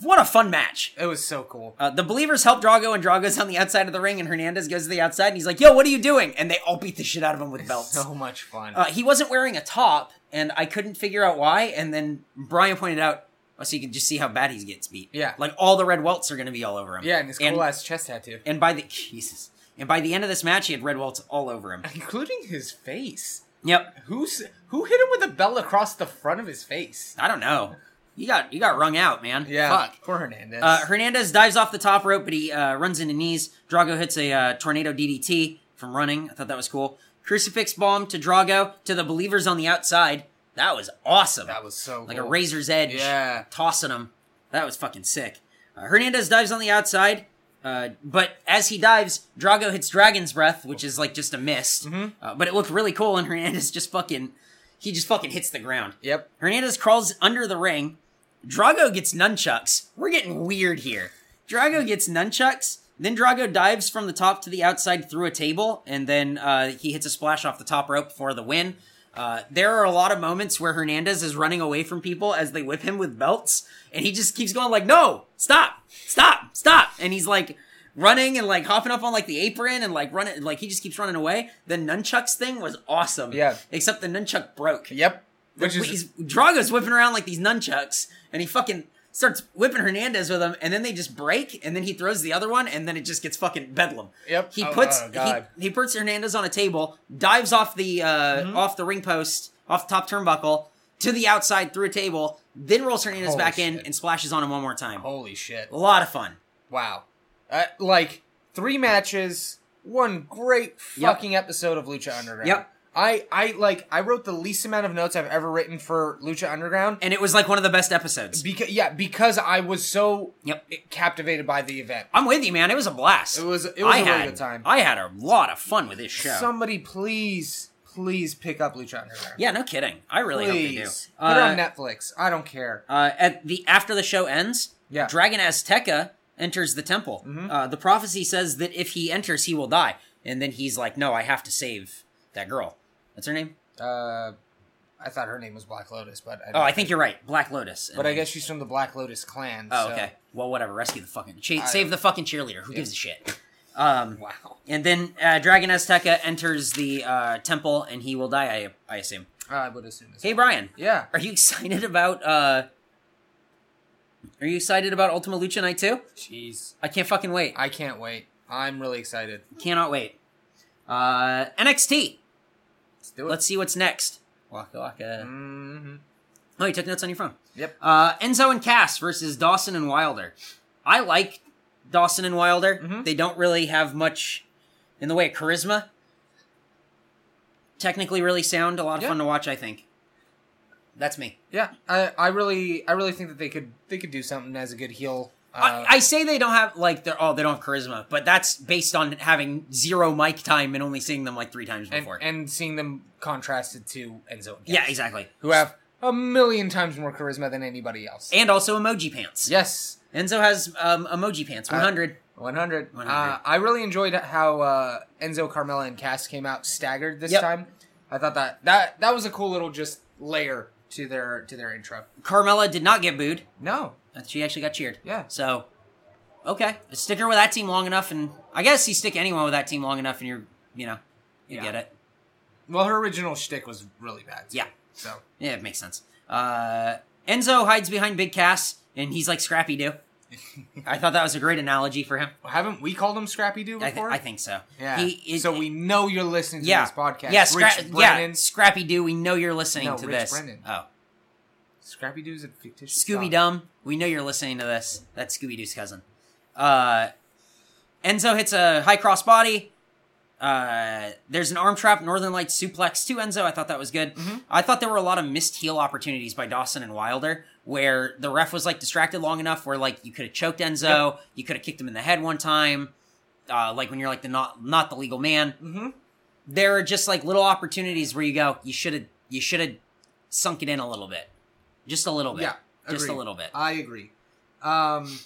Speaker 3: what a fun match.
Speaker 4: It was so cool.
Speaker 3: Uh, the believers help Drago, and Drago's on the outside of the ring, and Hernandez goes to the outside, and he's like, "Yo, what are you doing?" And they all beat the shit out of him with belts.
Speaker 4: So much fun.
Speaker 3: Uh, he wasn't wearing a top, and I couldn't figure out why. And then Brian pointed out, oh, so you can just see how bad he gets beat.
Speaker 4: Yeah.
Speaker 3: like all the red welts are going to be all over him.
Speaker 4: yeah, and his cool
Speaker 3: and,
Speaker 4: ass chest tattoo,
Speaker 3: and by the Jesus, and by the end of this match, he had red welts all over him.
Speaker 4: including his face.
Speaker 3: Yep,
Speaker 4: Who's who hit him with a belt across the front of his face?
Speaker 3: I don't know. You got you got wrung out, man.
Speaker 4: Yeah,
Speaker 3: fuck.
Speaker 4: poor Hernandez.
Speaker 3: Uh, Hernandez dives off the top rope, but he uh, runs into knees. Drago hits a uh, tornado DDT from running. I thought that was cool. Crucifix bomb to Drago to the believers on the outside. That was awesome.
Speaker 4: that was so
Speaker 3: like
Speaker 4: cool.
Speaker 3: a razor's edge.
Speaker 4: Yeah.
Speaker 3: tossing him. That was fucking sick. Uh, Hernandez dives on the outside, uh, but as he dives, Drago hits Dragon's Breath, which is like just a mist.
Speaker 4: Mm-hmm.
Speaker 3: Uh, but it looked really cool, and Hernandez just fucking he just fucking hits the ground.
Speaker 4: Yep.
Speaker 3: Hernandez crawls under the ring. Drago gets nunchucks. We're getting weird here. Drago gets nunchucks. Then Drago dives from the top to the outside through a table, and then uh, he hits a splash off the top rope for the win. Uh, there are a lot of moments where Hernandez is running away from people as they whip him with belts, and he just keeps going like, "No, stop, stop, stop!" And he's like running and like hopping up on like the apron and like running, like he just keeps running away. The nunchucks thing was awesome,
Speaker 4: Yeah.
Speaker 3: Except the nunchuck broke.
Speaker 4: Yep. Which is
Speaker 3: He's- Drago's whipping around like these nunchucks, and he fucking starts whipping Hernandez with them, and then they just break, and then he throws the other one, and then it just gets fucking bedlam.
Speaker 4: Yep.
Speaker 3: He
Speaker 4: Oh,
Speaker 3: puts
Speaker 4: oh, God.
Speaker 3: he, he puts Hernandez on a table, dives off the uh,
Speaker 4: Mm-hmm.
Speaker 3: off the ring post, off the top turnbuckle to the outside through a table, then rolls Hernandez
Speaker 4: Holy
Speaker 3: back in
Speaker 4: shit.
Speaker 3: and splashes on him one more time.
Speaker 4: holy shit.
Speaker 3: A lot of fun.
Speaker 4: Wow. Uh, like three matches, one great
Speaker 3: Yep.
Speaker 4: fucking episode of Lucha Underground.
Speaker 3: Yep.
Speaker 4: I I like I wrote the least amount of notes I've ever written for Lucha Underground.
Speaker 3: And it was like one of the best episodes.
Speaker 4: Because yeah, because I was so
Speaker 3: Yep.
Speaker 4: captivated by the event.
Speaker 3: I'm with you, man. It was a blast.
Speaker 4: It was it was a
Speaker 3: I
Speaker 4: really
Speaker 3: had
Speaker 4: good time.
Speaker 3: I had a lot of fun with this show.
Speaker 4: Somebody please please pick up Lucha Underground.
Speaker 3: Yeah, no kidding. I really
Speaker 4: please
Speaker 3: hope they
Speaker 4: put it
Speaker 3: do. Uh,
Speaker 4: on Netflix. I don't care.
Speaker 3: uh, at the after the show ends,
Speaker 4: Yeah. Mm-hmm.
Speaker 3: Dragon Azteca enters the temple. Uh, the prophecy says that if he enters, he will die, and then he's like, "No, I have to save that girl." What's her name?
Speaker 4: Uh, I thought her name was Black Lotus, but I
Speaker 3: Oh, I think you're right, Black Lotus. And
Speaker 4: but I
Speaker 3: then-
Speaker 4: guess she's from the Black Lotus clan.
Speaker 3: Oh,
Speaker 4: so-
Speaker 3: okay. Well, whatever. Rescue the fucking che-
Speaker 4: I-
Speaker 3: save the fucking cheerleader. Who gives a shit? Um,
Speaker 4: Wow.
Speaker 3: and then uh, Dragon Azteca enters the uh, temple, and he will die. I I assume.
Speaker 4: I would assume. as
Speaker 3: Hey,
Speaker 4: well.
Speaker 3: Brian.
Speaker 4: Yeah.
Speaker 3: Are you excited about uh Are you excited about Ultima Lucha Night 2?
Speaker 4: Jeez.
Speaker 3: I can't fucking wait. I
Speaker 4: I can't wait. I'm really excited.
Speaker 3: cannot wait. Uh NXT.
Speaker 4: Let's do it.
Speaker 3: Let's see what's next. Waka waka.
Speaker 4: hmm
Speaker 3: Oh, you took notes on your phone.
Speaker 4: Yep.
Speaker 3: Uh Enzo and Cass versus Dawson and Wilder. I like Dawson and Wilder.
Speaker 4: Mhm.
Speaker 3: They don't really have much in the way of charisma. Technically really sound, a lot of
Speaker 4: Yeah.
Speaker 3: fun to watch, I think. That's me.
Speaker 4: Yeah. I, I really I really think that they could they could do something as a good heel. Uh,
Speaker 3: I, I say they don't have like they're oh they don't have charisma, but that's based on having zero mic time and only seeing them like three times
Speaker 4: and,
Speaker 3: before.
Speaker 4: and seeing them contrasted to Enzo. And
Speaker 3: yeah,
Speaker 4: Cass,
Speaker 3: exactly.
Speaker 4: Who have a million times more charisma than anybody else.
Speaker 3: And also emoji pants.
Speaker 4: yes.
Speaker 3: Enzo has um, emoji pants.
Speaker 4: Uh,
Speaker 3: One hundred.
Speaker 4: 100.
Speaker 3: 100.
Speaker 4: Uh, I really enjoyed how uh, Enzo, Carmella, and Cass came out staggered this
Speaker 3: Yep.
Speaker 4: time. I thought that, that that was a cool little just layer to their to their intro.
Speaker 3: Carmella did not get booed.
Speaker 4: No,
Speaker 3: Uh, She actually got cheered.
Speaker 4: Yeah.
Speaker 3: So, okay, stick her with that team long enough, and I guess you stick anyone with that team long enough, and you're you know you
Speaker 4: Yeah.
Speaker 3: get it.
Speaker 4: Well, her original shtick was really bad. too.
Speaker 3: Yeah.
Speaker 4: So
Speaker 3: Yeah, it makes sense. Uh, Enzo hides behind Big Cass, and he's like Scrappy Doo. I thought that was a great analogy for him.
Speaker 4: haven't we called him Scrappy Doo
Speaker 3: I, thi-
Speaker 4: before?
Speaker 3: I think so.
Speaker 4: Yeah.
Speaker 3: He, it-
Speaker 4: so we know you're listening to this podcast.
Speaker 3: Yeah,
Speaker 4: Rich
Speaker 3: Scra- yeah,
Speaker 4: Brennan.
Speaker 3: Scrappy Doo, we know you're listening
Speaker 4: No,
Speaker 3: to
Speaker 4: Rich
Speaker 3: this.
Speaker 4: Brennan.
Speaker 3: Oh.
Speaker 4: Scrappy Doo's a fictitious.
Speaker 3: Scooby
Speaker 4: dog.
Speaker 3: Dumb, we know you're listening to this. That's Scooby Doo's cousin. Uh, Enzo hits a high cross body. Uh, there's an arm trap, Northern Lights suplex to Enzo. I thought that was good. I thought there were a lot of missed heel opportunities by Dawson and Wilder, where the ref was like distracted long enough where like you could have choked Enzo, you could have kicked him in the head one time, uh, like when you're like the not not the legal man.
Speaker 4: Mhm.
Speaker 3: There are just like little opportunities where you go, you should have you should have sunk it in a little bit. just a little bit.
Speaker 4: Yeah,
Speaker 3: just a
Speaker 4: agree.
Speaker 3: little bit.
Speaker 4: I agree. Um,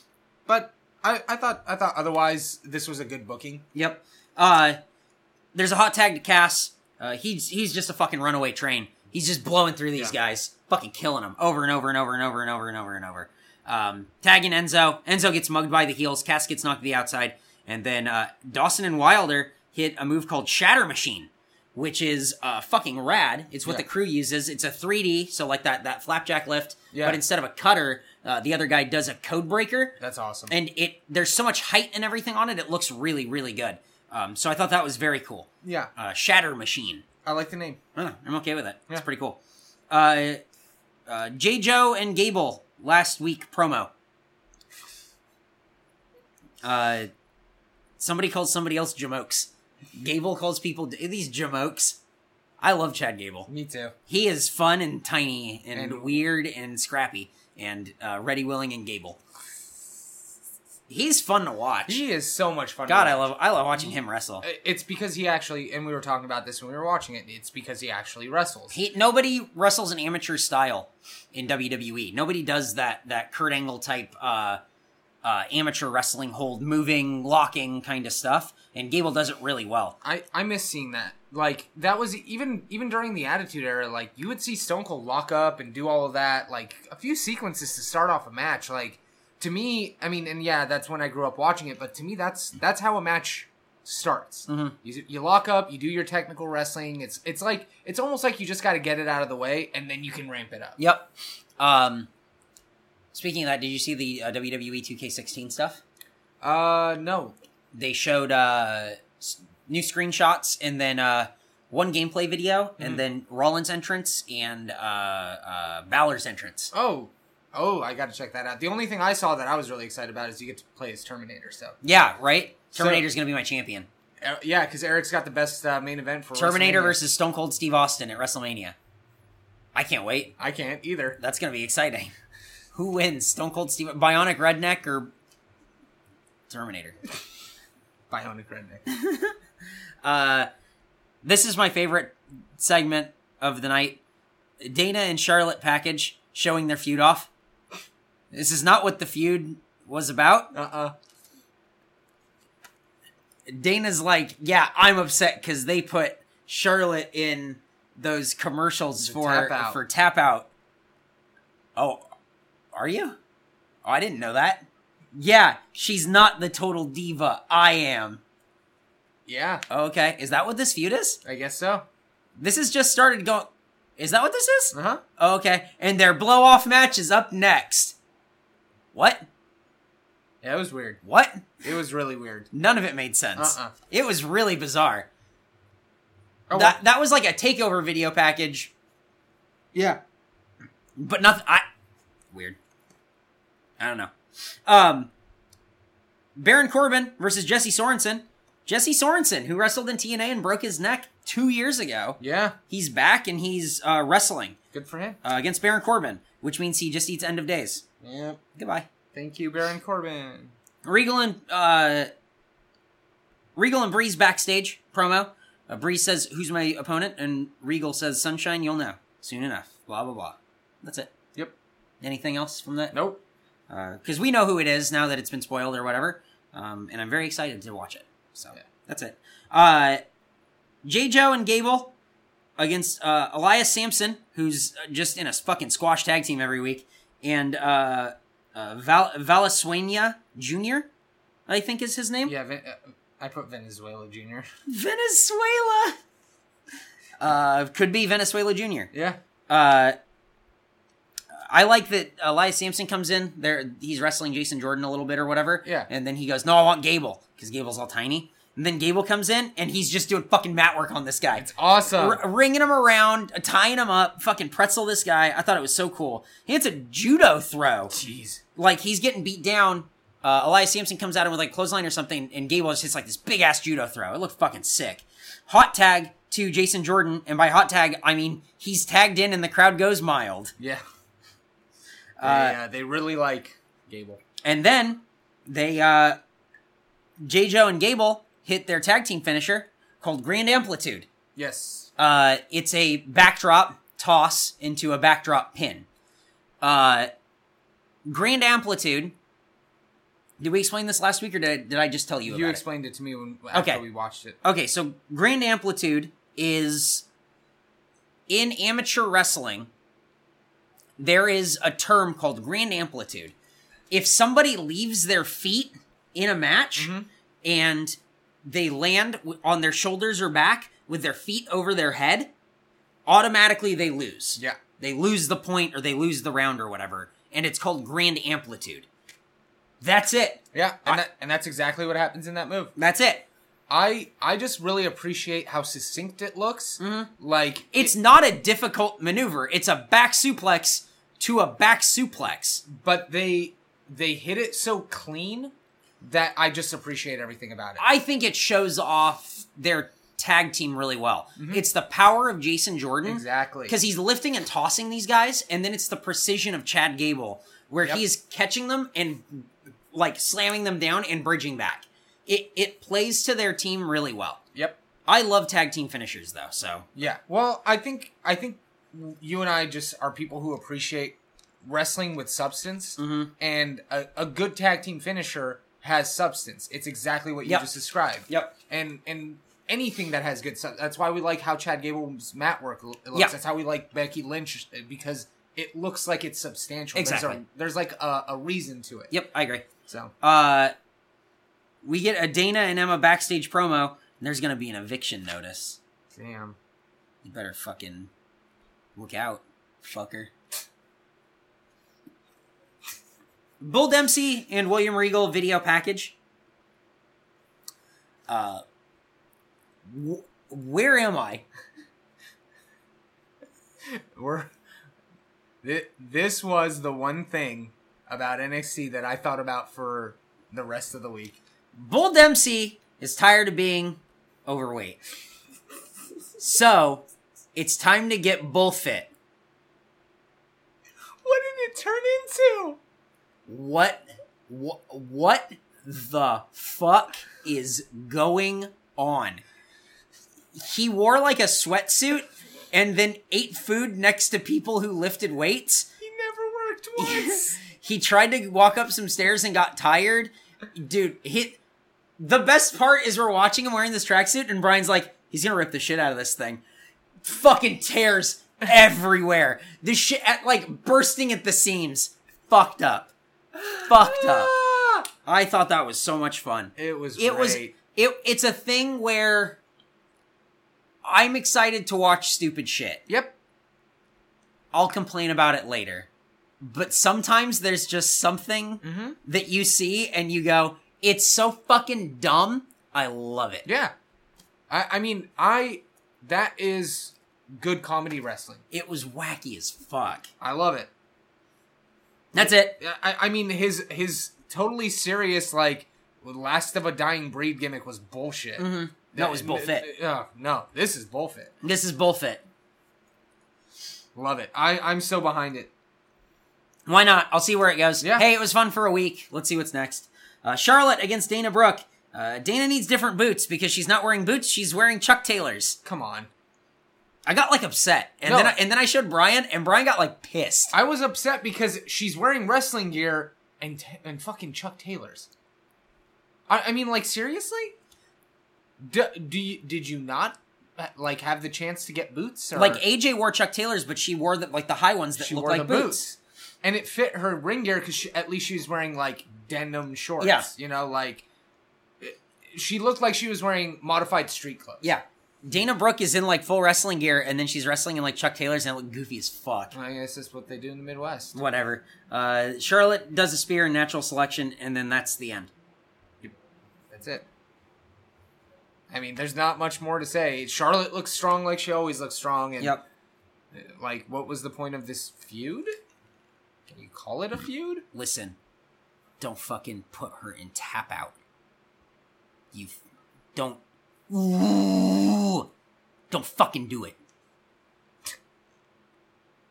Speaker 4: but I, I thought I thought otherwise this was a good booking.
Speaker 3: Yep. Uh, there's a hot tag to Cass. Uh, he's he's just a fucking runaway train. He's just blowing through these guys, fucking killing them over and over and over and over and over and over and over. Um, tagging Enzo. Enzo gets mugged by the heels. Cass gets knocked to the outside, and then uh, Dawson and Wilder hit a move called Shatter Machine, which is uh, fucking rad. It's what
Speaker 4: Yeah.
Speaker 3: the crew uses. It's a 3D, so like that that flapjack lift,
Speaker 4: Yeah.
Speaker 3: but instead of a cutter, uh, the other guy does a code breaker,
Speaker 4: That's awesome.
Speaker 3: and it there's so much height and everything on it it looks really really good um, so i thought that was very cool
Speaker 4: yeah,
Speaker 3: uh, shatter machine
Speaker 4: I like the name.
Speaker 3: Huh, i'm okay with it
Speaker 4: Yeah.
Speaker 3: it's pretty cool uh, uh, j joe and gable last week promo uh, somebody calls somebody else jamokes gable calls people these jamokes i love chad gable
Speaker 4: Me too.
Speaker 3: he is fun and tiny and,
Speaker 4: And-
Speaker 3: weird and scrappy and uh, ready, willing, and Gable. He's fun to watch.
Speaker 4: He is so much fun. to
Speaker 3: God, I
Speaker 4: watch.
Speaker 3: love I love watching him wrestle.
Speaker 4: It's because he actually, and we were talking about this when we were watching it. It's because he actually wrestles.
Speaker 3: He, nobody wrestles in amateur style in WWE. Nobody does that that Kurt Angle type uh, uh, amateur wrestling hold, moving, locking kind of stuff. And Gable does it really well.
Speaker 4: I I miss seeing that. Like that was even even during the Attitude Era. Like you would see Stone Cold lock up and do all of that. Like a few sequences to start off a match. Like to me, I mean, and yeah, that's when I grew up watching it. But to me, that's that's how a match starts. You, you lock up, you do your technical wrestling. It's it's like it's almost like you just got to get it out of the way, and then you can ramp it up.
Speaker 3: Yep. Um, speaking of that, did you see the uh, WWE 2K16 stuff?
Speaker 4: Uh, no,
Speaker 3: they showed uh, s- new screenshots and then uh, one gameplay video
Speaker 4: Mm-hmm.
Speaker 3: and then Rollins' entrance and uh, uh, Balor's entrance.
Speaker 4: Oh, oh, I got to check that out. The only thing I saw that I was really excited about is you get to play as Terminator. So
Speaker 3: Yeah, right.
Speaker 4: So-
Speaker 3: Terminator's gonna be my champion.
Speaker 4: uh, yeah, because Eric's got the best uh, main event for
Speaker 3: Terminator
Speaker 4: WrestleMania.
Speaker 3: versus Stone Cold Steve Austin at WrestleMania. I can't wait.
Speaker 4: I can't either.
Speaker 3: That's gonna be exciting. Who wins, Stone Cold Steve, Bionic Redneck, or Terminator?
Speaker 4: Bionic Redneck.
Speaker 3: Uh, this is my favorite segment of the night. Dana and Charlotte package showing their feud off. This is not what the feud was about.
Speaker 4: Uh uh
Speaker 3: Dana's like, "Yeah, I'm upset because they put Charlotte in those commercials
Speaker 4: The
Speaker 3: for
Speaker 4: tap out.
Speaker 3: for tap out." Oh, are you? Oh, I didn't know that. Yeah, she's not the total diva. I am.
Speaker 4: Yeah,
Speaker 3: Okay, is that what this feud is?
Speaker 4: I guess so.
Speaker 3: This has just started going. Is that what this is?
Speaker 4: Uh huh.
Speaker 3: Okay, and their blow off match is up next. What?
Speaker 4: Yeah, it was weird.
Speaker 3: What?
Speaker 4: It was really weird.
Speaker 3: None of it made sense.
Speaker 4: Uh-uh.
Speaker 3: It was really bizarre.
Speaker 4: Oh,
Speaker 3: that that was like a takeover video package,
Speaker 4: yeah.
Speaker 3: but nothing. I weird. I don't know. Um, Baron Corbin versus Jesse Sorensen. Jesse Sorensen, who wrestled in TNA and broke his neck two years ago,
Speaker 4: Yeah.
Speaker 3: he's back and he's uh, wrestling
Speaker 4: Good for him.
Speaker 3: uh, against Baron Corbin, which means he just eats end of days.
Speaker 4: Yeah.
Speaker 3: Goodbye.
Speaker 4: Thank you, Baron Corbin.
Speaker 3: Regal and uh, Regal and Breeze backstage promo. Uh, Breeze says, "Who's my opponent?" and Regal says, "Sunshine, you'll know soon enough." Blah blah blah. That's it.
Speaker 4: Yep.
Speaker 3: Anything else from that?
Speaker 4: Nope.
Speaker 3: Because Uh, we know who it is now that it's been spoiled or whatever, um, and I'm very excited to watch it. So
Speaker 4: Yeah.
Speaker 3: that's it. Uh, J. Joe and Gable against uh, Elias Sampson, who's uh, just in a fucking squash tag team every week, and uh, uh, Val- Valisuena Jr. I think is his name.
Speaker 4: Yeah. Ven- uh, I put Venezuela Junior.
Speaker 3: Venezuela. Uh, could be Venezuela Jr.
Speaker 4: Yeah.
Speaker 3: Uh, I like that Elias Sampson comes in there. He's wrestling Jason Jordan a little bit or whatever.
Speaker 4: Yeah.
Speaker 3: And then he goes, "No, I want Gable because Gable's all tiny." And then Gable comes in and he's just doing fucking mat work on this guy,
Speaker 4: It's uh, awesome.
Speaker 3: R- ringing him around, tying him up, fucking pretzel this guy. I thought it was so cool. He hits a judo throw,
Speaker 4: Jeez.
Speaker 3: like he's getting beat down. Uh, Elias Sampson comes out and with like clothesline or something, and Gable just hits like this big ass judo throw. It looked fucking sick. Hot tag to Jason Jordan, and by hot tag I mean he's tagged in and the crowd goes mild.
Speaker 4: Yeah. They,
Speaker 3: Uh,
Speaker 4: uh, they really like Gable.
Speaker 3: And then they uh J. Joe and Gable hit their tag team finisher called Grand Amplitude.
Speaker 4: Yes.
Speaker 3: Uh, it's a backdrop toss into a backdrop pin. Uh, Grand Amplitude. Did we explain this last week, or did, did I just tell you about
Speaker 4: You
Speaker 3: it?
Speaker 4: explained it to me when after
Speaker 3: Okay.
Speaker 4: we watched it.
Speaker 3: Okay, so Grand Amplitude is in amateur wrestling. There is a term called Grand Amplitude. If somebody leaves their feet in a match
Speaker 4: Mhm.
Speaker 3: and they land w- on their shoulders or back with their feet over their head, automatically they lose.
Speaker 4: Yeah.
Speaker 3: They lose the point or they lose the round or whatever, and it's called Grand Amplitude. That's it.
Speaker 4: Yeah, and,
Speaker 3: I-
Speaker 4: that, and that's exactly what happens in that move.
Speaker 3: That's it.
Speaker 4: I I just really appreciate how succinct it looks.
Speaker 3: Mhm.
Speaker 4: Like
Speaker 3: It's not a difficult maneuver. It's a back suplex to a back suplex.
Speaker 4: but they they hit it so clean that I just appreciate everything about it.
Speaker 3: I think it shows off their tag team really well. It's the power of Jason Jordan.
Speaker 4: Mm-hmm. exactly.
Speaker 3: Because he's lifting and tossing these guys, and then it's the precision of Chad Gable, where
Speaker 4: Yep.
Speaker 3: he's catching them and like slamming them down and bridging back. It it plays to their team really well.
Speaker 4: Yep.
Speaker 3: I love tag team finishers though, so
Speaker 4: Yeah. Well, I think I think you and I just are people who appreciate wrestling with substance,
Speaker 3: Mm-hmm.
Speaker 4: and a, a good tag team finisher has substance. It's exactly what you
Speaker 3: Yep.
Speaker 4: just described.
Speaker 3: Yep.
Speaker 4: And and anything that has good sub- that's why we like how Chad Gable's mat work l- looks.
Speaker 3: Yeah.
Speaker 4: That's how we like Becky Lynch uh, because it looks like it's substantial. There's,
Speaker 3: Exactly.
Speaker 4: a, there's like a, a reason to it.
Speaker 3: yep, I agree.
Speaker 4: So
Speaker 3: Uh, we get a Dana and Emma backstage promo, and there's gonna be an eviction notice.
Speaker 4: damn.
Speaker 3: You better fucking look out, fucker. Bull Dempsey and William Regal video package. Uh, wh- where am I?
Speaker 4: We're thi- this was the one thing about NXT that I thought about for the rest of the week.
Speaker 3: Bull Dempsey is tired of being overweight. So, it's time to get bull fit.
Speaker 4: What did it turn into?
Speaker 3: what what what the fuck is going on he wore like a sweatsuit and then ate food next to people who lifted weights
Speaker 4: He never worked once.
Speaker 3: he tried to walk up some stairs and got tired dude he, the best part is we're watching him wearing this tracksuit and brian's like he's gonna rip the shit out of this thing fucking tears everywhere this shit at like bursting at the seams fucked up fucked up
Speaker 4: Ah!
Speaker 3: I thought that was so much fun.
Speaker 4: It was
Speaker 3: It was
Speaker 4: great.
Speaker 3: it it's a thing where I'm excited to watch stupid shit.
Speaker 4: Yep.
Speaker 3: I'll complain about it later. But sometimes there's just something
Speaker 4: Mm-hmm.
Speaker 3: that you see and you go, it's so fucking dumb. I love it.
Speaker 4: Yeah. I I mean I that is good comedy wrestling.
Speaker 3: It was wacky as fuck.
Speaker 4: I love it.
Speaker 3: That's it.
Speaker 4: I I mean his his totally serious like last of a dying breed gimmick was bullshit.
Speaker 3: Mhm. That was bullfit.
Speaker 4: Uh, no, this is bullfit.
Speaker 3: This is bullfit.
Speaker 4: Love it. I, I'm so behind it.
Speaker 3: Why not? I'll see where it goes.
Speaker 4: Yeah.
Speaker 3: Hey, it was fun for a week. Let's see what's next. Uh, Charlotte against Dana Brooke. Uh, Dana needs different boots because she's not wearing boots. She's wearing Chuck Taylors.
Speaker 4: Come on.
Speaker 3: I got like upset, and
Speaker 4: No.
Speaker 3: then I, and then I showed Brian, and Brian got like pissed.
Speaker 4: I was upset because she's wearing wrestling gear and t- and fucking Chuck Taylors. I, I mean, like seriously? Do, do you, did you not uh, like have the chance to get boots? Or
Speaker 3: like AJ wore Chuck Taylors, but she wore the, like the high ones that
Speaker 4: she
Speaker 3: look
Speaker 4: wore the
Speaker 3: like boots.
Speaker 4: boots. and it fit her ring gear because at least she was wearing like denim shorts.
Speaker 3: Yeah.
Speaker 4: you know, like it- she looked like she was wearing modified street clothes.
Speaker 3: Yeah, Dana Brooke is in like full wrestling gear, and then she's wrestling in like Chuck Taylors, and it looked goofy as fuck.
Speaker 4: I guess that's what they do in the Midwest.
Speaker 3: Whatever. Uh, Charlotte does a spear and natural selection, and then that's the end.
Speaker 4: That's it. I mean, there's not much more to say. Charlotte looks strong like she always looks strong, and uh,
Speaker 3: Yep.
Speaker 4: like, what was the point of this feud? Can you call it a feud?
Speaker 3: Listen, don't fucking put her in tap out. You f- don't. Ooh, don't fucking do it.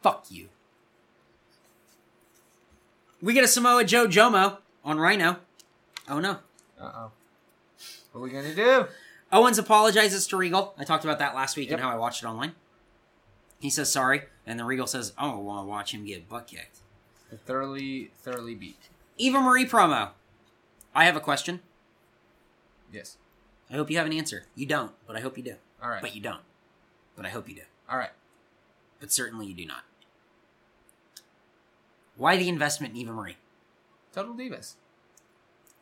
Speaker 3: Fuck you. We get a Samoa Joe Jomo on Rhino. Oh no.
Speaker 4: Uh oh. What are we gonna do?
Speaker 3: Owens apologizes to Regal. I talked about that last week
Speaker 4: Yep.
Speaker 3: and how I watched it online. He says sorry, and then Regal says, "Oh, well, I want to watch him get butt kicked."
Speaker 4: thoroughly, thoroughly beat.
Speaker 3: Eva Marie promo. I have a question.
Speaker 4: Yes.
Speaker 3: I hope you have an answer. You don't, but I hope you do.
Speaker 4: All right.
Speaker 3: But you don't. But I hope you do.
Speaker 4: All right.
Speaker 3: But certainly you do not. Why the investment in Eva Marie?
Speaker 4: Total divas.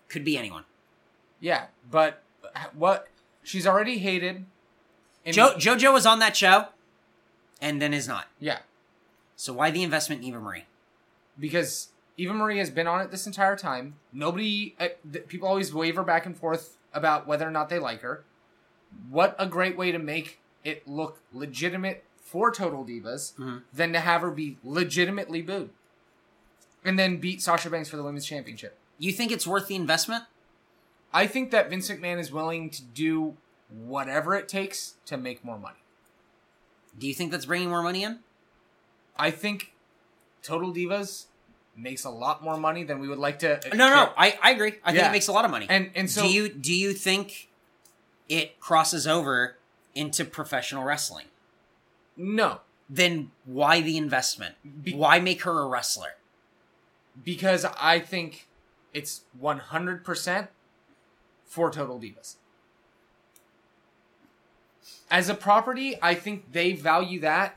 Speaker 3: Could be anyone.
Speaker 4: Yeah, but what? She's already hated. And
Speaker 3: Jo- JoJo was on that show, and then is not.
Speaker 4: Yeah,
Speaker 3: So why the investment in Eva Marie?
Speaker 4: because Eva Marie has been on it this entire time. Nobody, uh, th- people always waver back and forth about whether or not they like her. What a great way to make it look legitimate for Total Divas
Speaker 3: Mhm.
Speaker 4: than to have her be legitimately booed, and then beat Sasha Banks for the women's championship.
Speaker 3: You think it's worth the investment?
Speaker 4: I think that Vince McMahon is willing to do whatever it takes to make more money.
Speaker 3: Do you think that's bringing more money in?
Speaker 4: Uh, I think Total Divas makes a lot more money than we would like to.
Speaker 3: No, no, I, I agree. I think
Speaker 4: Yeah.
Speaker 3: it makes a lot of money.
Speaker 4: And and so
Speaker 3: do you do you think it crosses over into professional wrestling?
Speaker 4: no
Speaker 3: Then why the investment?
Speaker 4: Be-
Speaker 3: why make her a wrestler?
Speaker 4: because I think it's one hundred percent for Total Divas. As a property, I think they value that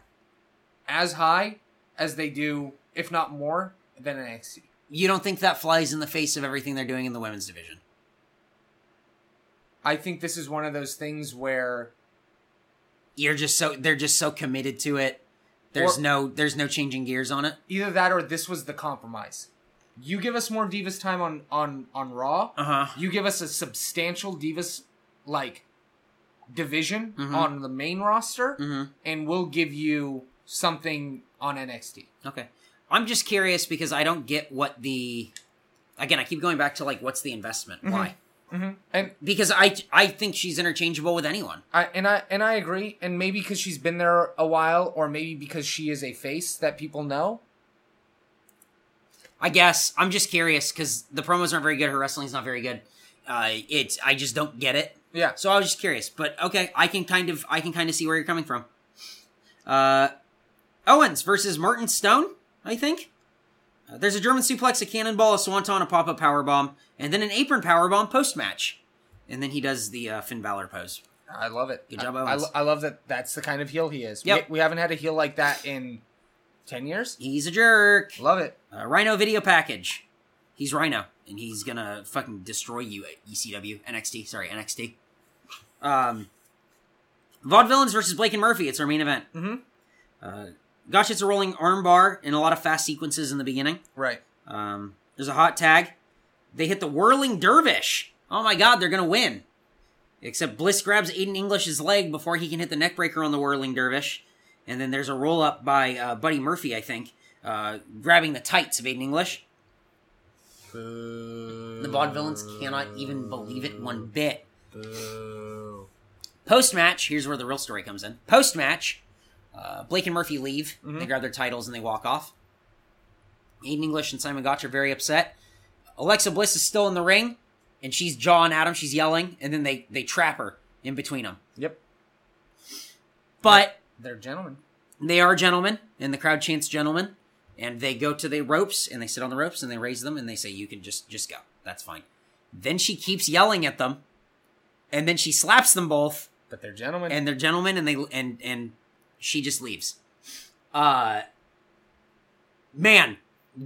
Speaker 4: as high as they do, if not more, than NXT.
Speaker 3: You don't think that flies in the face of everything they're doing in the women's division?
Speaker 4: I think this is one of those things where
Speaker 3: You're just so they're just so committed to it. There's
Speaker 4: Or-
Speaker 3: no there's no changing gears on it.
Speaker 4: either that or this was the compromise. You give us more Divas time on on on Raw,
Speaker 3: Uh huh.
Speaker 4: you give us a substantial divas like division
Speaker 3: Mhm.
Speaker 4: on the main roster
Speaker 3: hmm
Speaker 4: and we'll give you something on NXT.
Speaker 3: Okay. I'm just curious because I don't get what the again, I keep going back to like what's the investment? Why? Mm-hmm.
Speaker 4: And
Speaker 3: Because I I think she's interchangeable with anyone.
Speaker 4: I and I and I agree and maybe cuz she's been there a while or maybe because she is a face that people know.
Speaker 3: I guess I'm just curious because the promos aren't very good. Her wrestling's not very good. Uh, it's I just don't get it.
Speaker 4: Yeah.
Speaker 3: So I was just curious, but okay, I can kind of I can kind of see where you're coming from. Uh, Owens versus Martin Stone, I think. Uh, there's a German suplex, a cannonball, a swanton, a pop up power bomb, and then an apron power bomb post match, and then he does the uh, Finn Balor pose.
Speaker 4: I love it.
Speaker 3: Good job,
Speaker 4: I, I,
Speaker 3: Owens.
Speaker 4: lo- I love that that's the kind of heel he is.
Speaker 3: Yep.
Speaker 4: We, we haven't had a heel like that in 10 years.
Speaker 3: He's a jerk.
Speaker 4: Love it.
Speaker 3: Uh, Rhino video package. He's Rhino, and he's gonna fucking destroy you at E ECW NXT. Sorry, NXT. Um, Vaudevillains versus Blake and Murphy. It's our main event.
Speaker 4: Mhm.
Speaker 3: Uh, gosh, it's a rolling armbar and a lot of fast sequences in the beginning.
Speaker 4: Right.
Speaker 3: Um, there's a hot tag. They hit the whirling dervish. Oh my god, they're gonna win. Except Bliss grabs Aiden English's leg before he can hit the neckbreaker on the whirling dervish. And then there's a roll up by uh, Buddy Murphy, I think, uh, grabbing the tights of Aiden English. The
Speaker 4: The
Speaker 3: vaudevillains cannot even believe it one bit. Post match, here's where the real story comes in. Post match, uh, Blake and Murphy leave. They grab their titles and they walk off. Aiden English and Simon Gotch are very upset. Alexa Bliss is still in the ring, and she's jawing at him. She's yelling, and then they they trap her in between them.
Speaker 4: Yep.
Speaker 3: But
Speaker 4: They're gentlemen.
Speaker 3: they are gentlemen, and the crowd chants gentlemen, and they go to the ropes and they sit on the ropes and they raise them and they say, "You can just just go. That's fine." Then she keeps yelling at them, and then she slaps them both,
Speaker 4: But they're gentlemen.
Speaker 3: and they're gentlemen, and they and and she just leaves. Uh, man,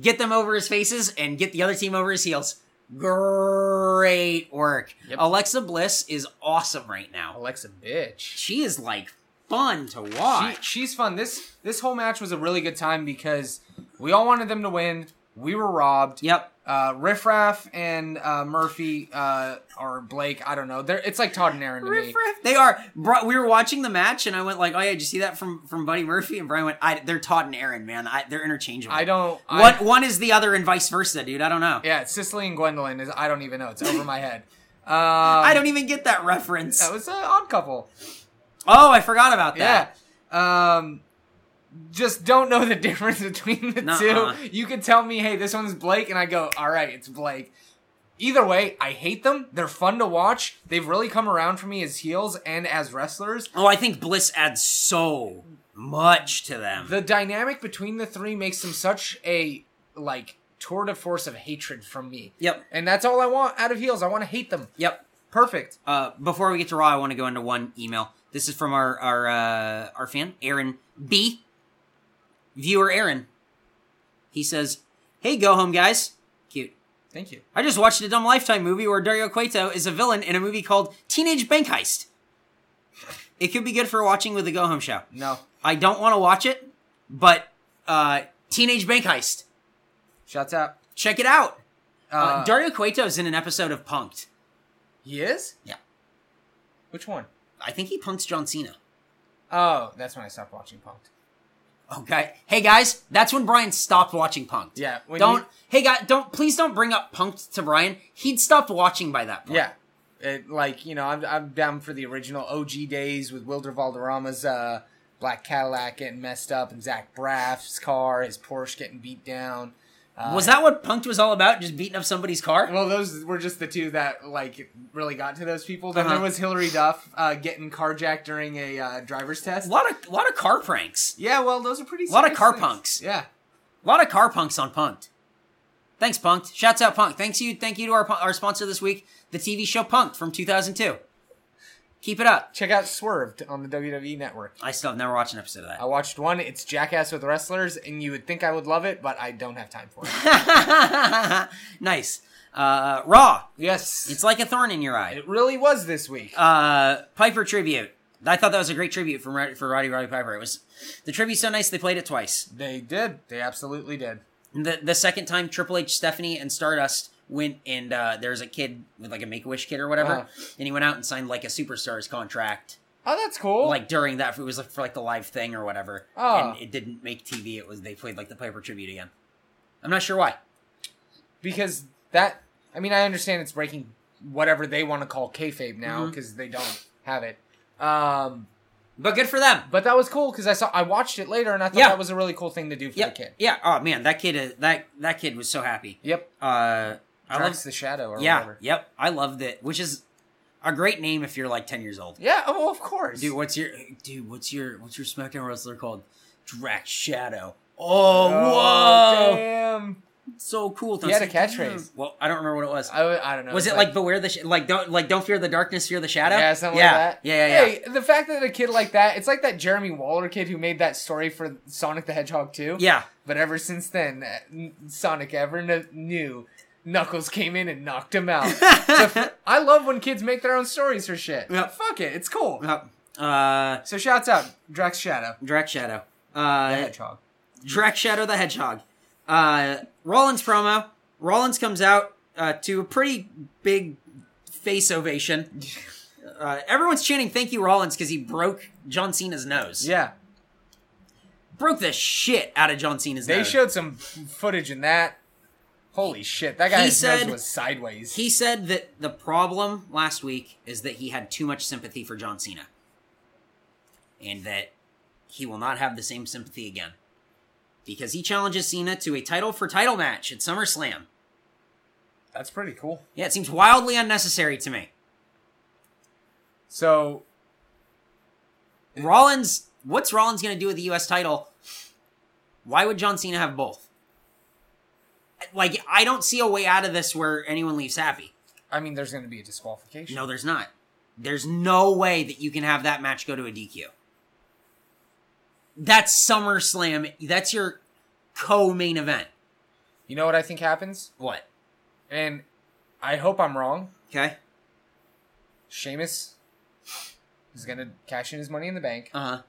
Speaker 3: get them over his faces and get the other team over his heels. Great work,
Speaker 4: Yep.
Speaker 3: Alexa Bliss is awesome right now.
Speaker 4: Alexa, bitch.
Speaker 3: She is like fun to watch.
Speaker 4: She, she's fun. This this whole match was a really good time because we all wanted them to win. We were robbed.
Speaker 3: yep.
Speaker 4: Uh, Riff Raff and uh, Murphy uh, or Blake, I don't know. They're, it's like Todd and Aaron to me.
Speaker 3: Riff Raff. They are. Bro, we were watching the match, and I went like, "Oh yeah, did you see that from from Buddy Murphy?" And Brian went, I, "They're Todd and Aaron, man. I, they're interchangeable.
Speaker 4: I don't. I-
Speaker 3: One one is the other, and vice versa, dude. I don't know.
Speaker 4: yeah, it's Cicely and Gwendolyn is. I don't even know. It's over my head. Um,
Speaker 3: I
Speaker 4: I
Speaker 3: don't even get that reference.
Speaker 4: That was an odd couple.
Speaker 3: oh, I forgot about that.
Speaker 4: Yeah. Um, just don't know the difference between the
Speaker 3: Nuh-uh.
Speaker 4: two. You can tell me, hey, this one's Blake, and I go, all right, it's Blake. Either way, I hate them. They're fun to watch. They've really come around for me as heels and as wrestlers.
Speaker 3: Oh, I think Bliss adds so much to them.
Speaker 4: The dynamic between the three makes them such a like tour de force of hatred from me.
Speaker 3: Yep.
Speaker 4: And that's all I want out of heels. I want to hate them.
Speaker 3: Yep.
Speaker 4: Perfect.
Speaker 3: Uh, before we get to Raw, I want to go into one email. This is from our our uh, our fan Aaron B. Viewer Aaron. He says, "Hey, go home, guys. Cute.
Speaker 4: Thank you.
Speaker 3: I just watched a dumb Lifetime movie where Dario Cueto is a villain in a movie called Teenage Bank Heist. It could be good for watching with the go home show.
Speaker 4: No.
Speaker 3: I don't want to watch it, but uh, Teenage Bank Heist.
Speaker 4: Shouts out.
Speaker 3: Check it out.
Speaker 4: Uh,
Speaker 3: Uh, Dario Cueto's in an episode of Punked.
Speaker 4: he is?
Speaker 3: Yeah.
Speaker 4: Which one?
Speaker 3: I think he punks John Cena.
Speaker 4: Oh, that's when I stopped watching Punked.
Speaker 3: Okay. Hey guys, that's when Brian stopped watching Punked.
Speaker 4: Yeah, when
Speaker 3: Don't.
Speaker 4: you-
Speaker 3: hey guys, don't please don't bring up Punked to Brian. He'd stopped watching by that point.
Speaker 4: Yeah. It, like, you know, I'm, I'm down for the original OG days with Wilder Valderrama's uh, black Cadillac getting messed up and Zach Braff's car, his Porsche getting beat down. Uh,
Speaker 3: Was that what Punked was all about? Just beating up somebody's car?
Speaker 4: Well, those were just the two that like really got to those people. Then
Speaker 3: Uh-huh.
Speaker 4: there was Hillary Duff uh, getting carjacked during a uh, driver's test.
Speaker 3: A lot of lot of car pranks.
Speaker 4: Yeah, well, those are pretty.
Speaker 3: Lot of
Speaker 4: serious
Speaker 3: car
Speaker 4: things.
Speaker 3: punks.
Speaker 4: Yeah,
Speaker 3: A lot of car punks on Punked. Thanks, Punked. Shouts out Punked. Thanks you. Thank you to our punk- our sponsor this week, the TV show Punked from 2002. Keep it up.
Speaker 4: check out Swerved on the WWE Network.
Speaker 3: I still have never watched an episode of that.
Speaker 4: I watched one. It's Jackass with wrestlers, and you would think I would love it, but I don't have time for it.
Speaker 3: nice. Uh, Raw.
Speaker 4: yes,
Speaker 3: It's like a thorn in your eye.
Speaker 4: it really was this week.
Speaker 3: Uh, Piper tribute. I thought that was a great tribute from Rod- for Roddy Roddy Piper. It was the tribute so nice they played it twice.
Speaker 4: they did. They absolutely did.
Speaker 3: The the second time Triple H, Stephanie, and Stardust went and uh, there was a kid with like a Make a Wish kid or whatever,
Speaker 4: Uh-huh.
Speaker 3: and he went out and signed like a superstars contract.
Speaker 4: Oh, that's cool.
Speaker 3: Like during that, it was like for like the live thing or whatever,
Speaker 4: Oh.
Speaker 3: and it didn't make TV. It was they played like the Piper tribute again. I'm not sure why.
Speaker 4: because that. I mean, I understand it's breaking whatever they want to call kayfabe now
Speaker 3: Mm-hmm.
Speaker 4: because they don't have it. Um,
Speaker 3: But good for them.
Speaker 4: But that was cool because I saw I watched it later and I thought
Speaker 3: Yeah.
Speaker 4: that was a really cool thing to do for
Speaker 3: Yeah,
Speaker 4: the kid.
Speaker 3: yeah. Oh man, that kid is that that kid was so happy.
Speaker 4: Yep,
Speaker 3: Uh, I
Speaker 4: Drax
Speaker 3: love.
Speaker 4: the shadow or
Speaker 3: Yeah,
Speaker 4: whatever.
Speaker 3: yep. I love that, which is a great name if you're like ten years old.
Speaker 4: Yeah, oh, of course.
Speaker 3: Dude, what's your dude? What's your what's your SmackDown wrestler called? Drax Shadow. Oh, whoa!
Speaker 4: damn!
Speaker 3: So cool.
Speaker 4: He had a
Speaker 3: It's like,
Speaker 4: catchphrase.
Speaker 3: "Damn." Well, I don't remember what it was.
Speaker 4: I, w- I don't know.
Speaker 3: was
Speaker 4: It's
Speaker 3: it like, beware the sh- like don't like don't fear the darkness, fear the shadow?
Speaker 4: yeah something
Speaker 3: yeah.
Speaker 4: like that?
Speaker 3: Yeah, yeah, yeah.
Speaker 4: Hey, the fact that a kid like that, it's like that Jeremy Waller kid who made that story for Sonic the Hedgehog too.
Speaker 3: yeah.
Speaker 4: But ever since then, uh, n- Sonic ever kn- knew. Knuckles came in and knocked him out. So f- I love when kids make their own stories for shit.
Speaker 3: Yep.
Speaker 4: Fuck it, it's cool.
Speaker 3: Uh,
Speaker 4: So shouts out Drax Shadow,
Speaker 3: Drax Shadow. Uh,
Speaker 4: Hedgehog.
Speaker 3: Drax Shadow the Hedgehog. Uh, Rollins promo. Rollins comes out uh, to a pretty big face ovation. Uh, everyone's chanting "Thank you, Rollins" because he broke John Cena's nose.
Speaker 4: Yeah,
Speaker 3: broke the shit out of John Cena's
Speaker 4: They
Speaker 3: nose.
Speaker 4: showed some footage in that. Holy shit, that guy's
Speaker 3: said-
Speaker 4: nose was sideways.
Speaker 3: He said that the problem last week is that he had too much sympathy for John Cena, and that he will not have the same sympathy again because he challenges Cena to a title for title match at SummerSlam.
Speaker 4: That's pretty cool.
Speaker 3: Yeah, it seems wildly unnecessary to me.
Speaker 4: So
Speaker 3: Rollins, what's Rollins going to do with the U.S. title? Why would John Cena have both? Like, I don't see a way out of this where anyone leaves happy.
Speaker 4: I mean, there's going to be a disqualification.
Speaker 3: No, there's not. There's no way that you can have that match go to a DQ. That's SummerSlam. That's your co-main event.
Speaker 4: You know what I think happens,
Speaker 3: What?
Speaker 4: and I hope I'm wrong.
Speaker 3: Okay.
Speaker 4: Sheamus is going to cash in his money in the bank.
Speaker 3: Uh huh.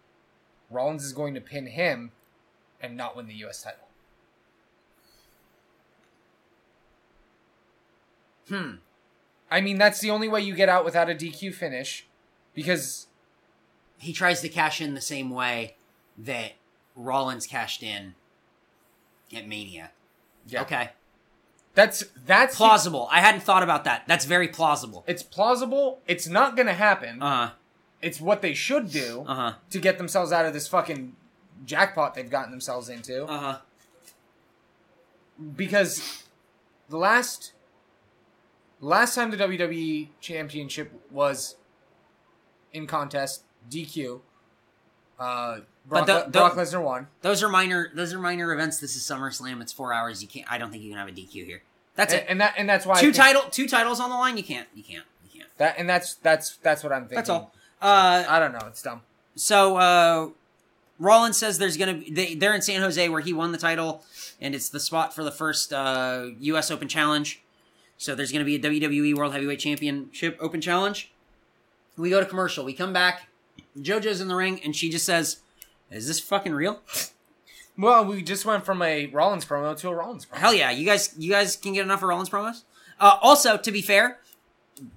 Speaker 4: Rollins is going to pin him and not win the U.S. title.
Speaker 3: Hmm.
Speaker 4: I mean, that's the only way you get out without a DQ finish, because
Speaker 3: He tries to cash in the same way that Rollins cashed in at Mania.
Speaker 4: yeah,
Speaker 3: Okay.
Speaker 4: that's that's
Speaker 3: Plausible. I hadn't thought about that. That's very plausible.
Speaker 4: it's plausible. It's not going to happen.
Speaker 3: Uh huh.
Speaker 4: it's what they should do.
Speaker 3: Uh huh.
Speaker 4: to get themselves out of this fucking jackpot they've gotten themselves into
Speaker 3: Uh huh.
Speaker 4: because the last last time the E WWE championship was in contest DQ Uh, Brock,
Speaker 3: the- the-
Speaker 4: Brock Lesnar won.
Speaker 3: Those are minor. Those are minor events. This is SummerSlam. It's four hours. You can't. I don't think you can have a DQ here. That's
Speaker 4: and,
Speaker 3: it.
Speaker 4: and that and that's why Eh, I
Speaker 3: two
Speaker 4: think
Speaker 3: title. Two titles on the line. You can't. You can't. You can't.
Speaker 4: that and that's that's that's what I'm thinking.
Speaker 3: That's all. Uh,
Speaker 4: I don't know. It's dumb.
Speaker 3: so uh, Rollins says there's gonna. Be, they, they're in San Jose where he won the title, and it's the spot for the first uh, U.S. Open Challenge. So there's gonna be a WWE World Heavyweight Championship Open Challenge. We go to commercial. We come back. JoJo's in the ring, and she just says, "Is this fucking real?"
Speaker 4: Well, we just went from a Rollins promo to a Rollins promo.
Speaker 3: Hell yeah, you guys, you guys can get enough of Rollins promos. Uh, also, to be fair,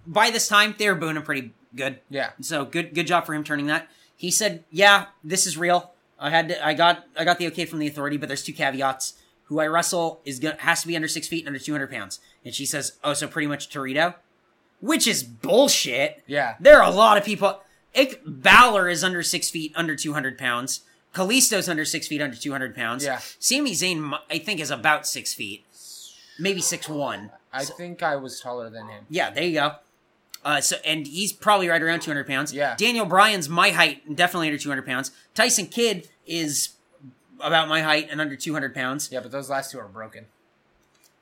Speaker 3: by this time they were booing him pretty good,
Speaker 4: yeah.
Speaker 3: so good, good job for him turning that. He said, "Yeah, this is real. I had, to, I got, I got the okay from the authority, but there's two caveats. Who I wrestle is going has to be under six feet and under 200 pounds." And she says, "Oh, so pretty much Torito," which is bullshit.
Speaker 4: Yeah.
Speaker 3: There are a lot of people. Ick Balor is under six feet, under 200 pounds. Kalisto's under six feet, under 200 pounds.
Speaker 4: Yeah.
Speaker 3: Sami Zayn, mu- I think, is about six feet, maybe six one.
Speaker 4: I think I was taller than him.
Speaker 3: Yeah, there you go. Uh, so and he's probably right around 200 pounds.
Speaker 4: Yeah.
Speaker 3: Daniel Bryan's my height, and definitely under 200 pounds. Tyson Kidd is about my height and under 200 pounds.
Speaker 4: Yeah, but those last two are broken.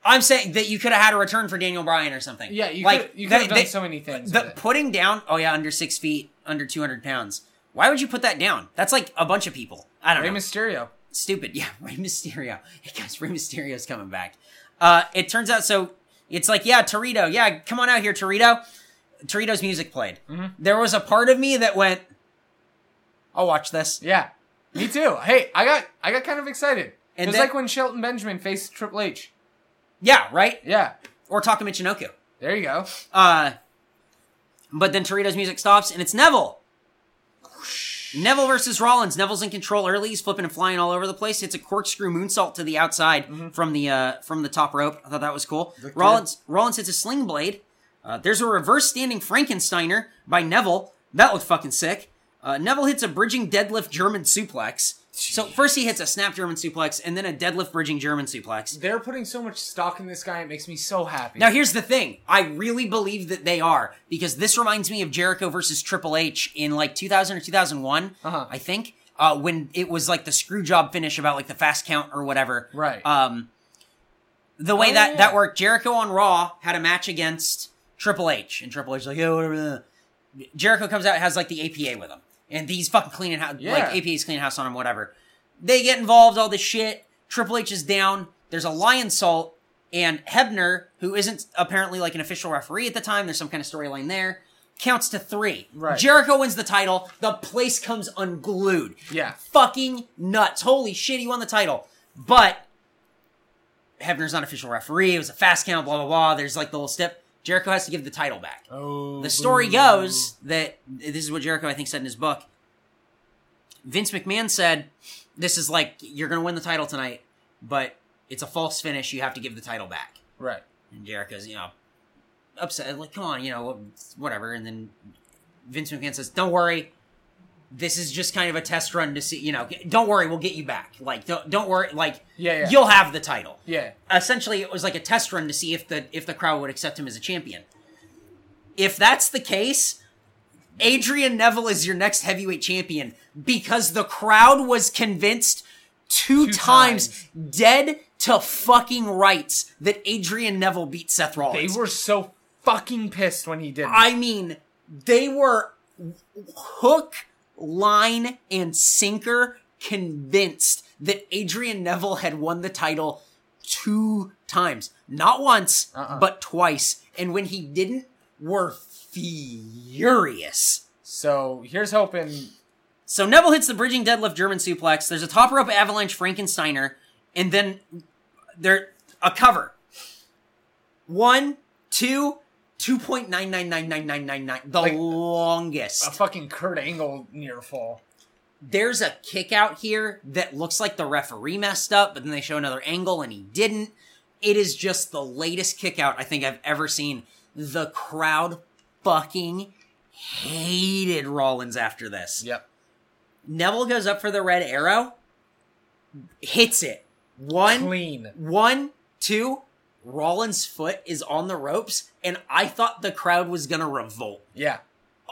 Speaker 3: I'm saying that you could have had a return for Daniel Bryan or something.
Speaker 4: Yeah, you
Speaker 3: like
Speaker 4: could, you
Speaker 3: they-
Speaker 4: could have done
Speaker 3: they-
Speaker 4: so many things.
Speaker 3: the
Speaker 4: with it.
Speaker 3: putting down oh yeah under six feet under 200 pounds why would you put that down that's like a bunch of people i don't
Speaker 4: Rey
Speaker 3: know
Speaker 4: Mysterio.
Speaker 3: stupid yeah Rey mysterio hey guys Rey mysterio's coming back uh it turns out so it's like yeah torito yeah come on out here torito torito's music played
Speaker 4: Mm-hmm.
Speaker 3: there was a part of me that went i'll watch this
Speaker 4: Yeah, me too. Hey, I got I got kind of excited. it
Speaker 3: And
Speaker 4: was
Speaker 3: then-
Speaker 4: like when Shelton Benjamin faced Triple H.
Speaker 3: yeah right
Speaker 4: Yeah,
Speaker 3: or taka michinoku
Speaker 4: there you go.
Speaker 3: Uh, but then Torito's music stops and it's Neville. Neville versus Rollins. Neville's in control early. He's flipping and flying all over the place. It's a corkscrew moonsault to the outside from the uh, from the top rope. I thought that was cool.
Speaker 4: Victor.
Speaker 3: Rollins Rollins hits a sling blade. Uh, there's a reverse standing Frankensteiner by Neville. That looked fucking sick. Uh, Neville hits a bridging deadlift German suplex. So first he hits a snap German suplex and then a deadlift bridging German suplex.
Speaker 4: They're putting so much stock in this guy. It makes me so happy.
Speaker 3: Now here's the thing. I really believe that they are because this reminds me of Jericho versus Triple H in like 2000 or 2001,
Speaker 4: Uh-huh.
Speaker 3: I think, uh, when it was like the screw job finish about like the fast count or whatever.
Speaker 4: Right.
Speaker 3: Um, the way
Speaker 4: Oh,
Speaker 3: that
Speaker 4: yeah.
Speaker 3: that worked, Jericho on Raw had a match against Triple H, and Triple H is like, yeah, whatever. Jericho comes out has like the APA with him, and he's fucking cleaning house,
Speaker 4: Yeah.
Speaker 3: like APA's cleaning house on him, whatever. They get involved, all this shit. Triple H is down. There's a lion salt, and Hebner, who isn't apparently like an official referee at the time, there's some kind of storyline there. Counts to three.
Speaker 4: Right.
Speaker 3: Jericho wins the title. The place comes unglued.
Speaker 4: Yeah.
Speaker 3: Fucking nuts. Holy shit, he won the title. But Hebner's not an official referee. It was a fast count, blah, blah, blah. There's like the little step. Jericho has to give the title back.
Speaker 4: oh,
Speaker 3: The story goes that this is what Jericho, I think, said in his book. Vince McMahon said, This is like, you're going to win the title tonight, but it's a false finish. You have to give the title back.
Speaker 4: right.
Speaker 3: And Jericho's, you know, upset. Like, come on, you know, whatever. And then Vince McMahon says, "Don't worry, this is just kind of a test run to see. You know, don't worry, we'll get you back. Like, don't don't worry. Like,
Speaker 4: Yeah, yeah.
Speaker 3: you'll have the title.
Speaker 4: Yeah,
Speaker 3: Essentially, it was like a test run to see if the if the crowd would accept him as a champion. If that's the case." Adrian Neville is your next heavyweight champion because the crowd was convinced two,
Speaker 4: Two
Speaker 3: times, dead to fucking rights that Adrian Neville beat Seth
Speaker 4: they
Speaker 3: Rollins.
Speaker 4: were so fucking pissed when he did. it.
Speaker 3: I mean, they were hook, line, and sinker convinced that Adrian Neville had won the title two times. Not once,
Speaker 4: Uh-uh.
Speaker 3: but twice. And when he didn't, were furious.
Speaker 4: so here's hoping.
Speaker 3: So Neville hits the bridging deadlift German suplex. There's a top rope avalanche Frankensteiner, and then there a cover. One, two, two point nine nine nine nine nine nine nine. The
Speaker 4: Like- uh,
Speaker 3: longest.
Speaker 4: A fucking Kurt Angle near fall.
Speaker 3: There's a kick out here that looks like the referee messed up, but then they show another angle and he didn't. It is just the latest kick out I think I've ever seen. The crowd fucking hated Rollins after this.
Speaker 4: Yep.
Speaker 3: Neville goes up for the red arrow, hits it. One,
Speaker 4: Clean.
Speaker 3: one, two. Rollins' foot is on the ropes, and I thought the crowd was gonna revolt.
Speaker 4: Yeah.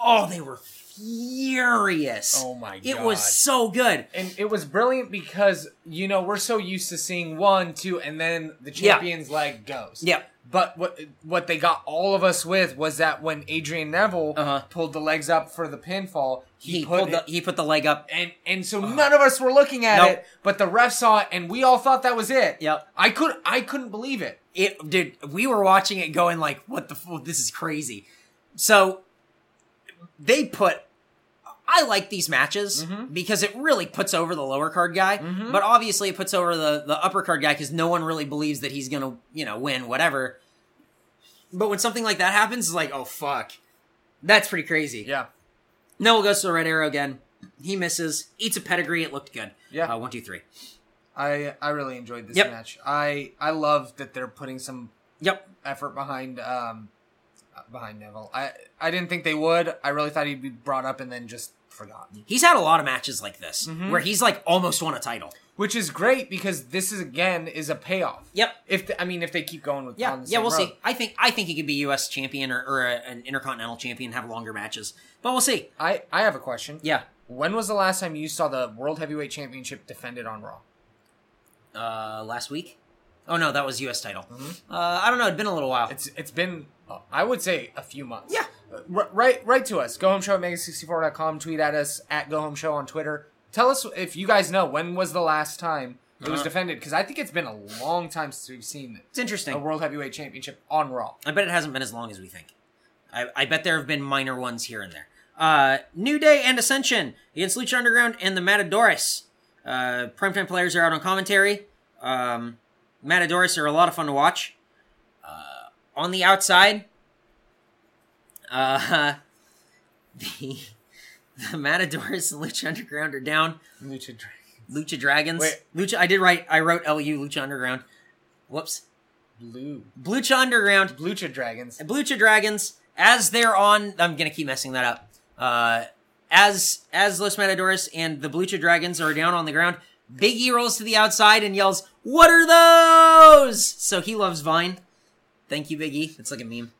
Speaker 3: Oh, they were furious.
Speaker 4: Oh my god.
Speaker 3: it was so good.
Speaker 4: and it was brilliant because you know we're so used to seeing one, two, and then the
Speaker 3: Yeah.
Speaker 4: champion's leg goes.
Speaker 3: Yep.
Speaker 4: But what what they got all of us with was that when Adrian Neville
Speaker 3: Uh-huh.
Speaker 4: pulled the legs up for the pinfall,
Speaker 3: He, pulled
Speaker 4: it-
Speaker 3: the, he put the leg up.
Speaker 4: and and so none of us were looking at
Speaker 3: Nope.
Speaker 4: it, but the ref saw it, and we all thought that was it.
Speaker 3: Yep.
Speaker 4: I could I couldn't believe it.
Speaker 3: It dude, we were watching it going like, what the f this is crazy. So they put I like these matches
Speaker 4: Mm-hmm.
Speaker 3: because it really puts over the lower card guy, but obviously it puts over the the upper card guy cuz no one really believes that he's going to, you know, win whatever. But when something like that happens, it's like, oh fuck. That's pretty crazy.
Speaker 4: Yeah.
Speaker 3: Noel goes to the red arrow again. He misses, eats a pedigree. It looked good.
Speaker 4: Yeah.
Speaker 3: Uh, one, two, three.
Speaker 4: I I really enjoyed this
Speaker 3: Yep.
Speaker 4: match. I I love that they're putting some
Speaker 3: Yep.
Speaker 4: effort behind um uh, behind Neville. I I didn't think they would. I really thought he'd be brought up and then just forgotten.
Speaker 3: He's had a lot of matches like this
Speaker 4: Mm-hmm.
Speaker 3: where he's like almost won a title.
Speaker 4: Which is great because this is again is a payoff.
Speaker 3: Yep.
Speaker 4: If the, I mean if they keep going with
Speaker 3: Yeah,
Speaker 4: on the
Speaker 3: yeah,
Speaker 4: same
Speaker 3: we'll
Speaker 4: road.
Speaker 3: see. I think I think he could be U.S. champion or, or a, an intercontinental champion, have longer matches, but we'll see.
Speaker 4: I I have a question.
Speaker 3: Yeah,
Speaker 4: When was the last time you saw the World Heavyweight Championship defended on Raw?
Speaker 3: uh, last week. Oh no, that was U.S. title. Uh, I don't know. It'd been a little while.
Speaker 4: Mm-hmm. It's it's been uh, I would say a few months. Uh,
Speaker 3: Yeah.
Speaker 4: R- right right to us. Go home show at mega64.com, tweet at us at go home show on Twitter. Tell us if you guys know when was the last time it was
Speaker 3: Uh-huh.
Speaker 4: defended cuz I think it's been a long time since we've seen
Speaker 3: it's interesting.
Speaker 4: a World Heavyweight Championship on Raw.
Speaker 3: I bet it hasn't been as long as we think. I, I bet there have been minor ones here and there. Uh, New Day and Ascension against Lucha Underground and the Matadores. Uh, primetime players are out on commentary. Um, Matadores are a lot of fun to watch. Uh, on the outside, uh, the, the Matadores and Lucha Underground are down.
Speaker 4: Lucha Dragon.
Speaker 3: Lucha Dragons.
Speaker 4: Wait.
Speaker 3: Lucha. I did write. I wrote LU Lucha Underground. Whoops.
Speaker 4: Blue.
Speaker 3: Lucha Underground
Speaker 4: Lucha Dragons.
Speaker 3: and Blucha Dragons as they're on. I'm gonna keep messing that up. Uh, as as Los Matadores and the Blucha Dragons are down on the ground, Big E rolls to the outside and yells, "What are those?" So he loves Vine. Thank you, Big E. It's like a meme.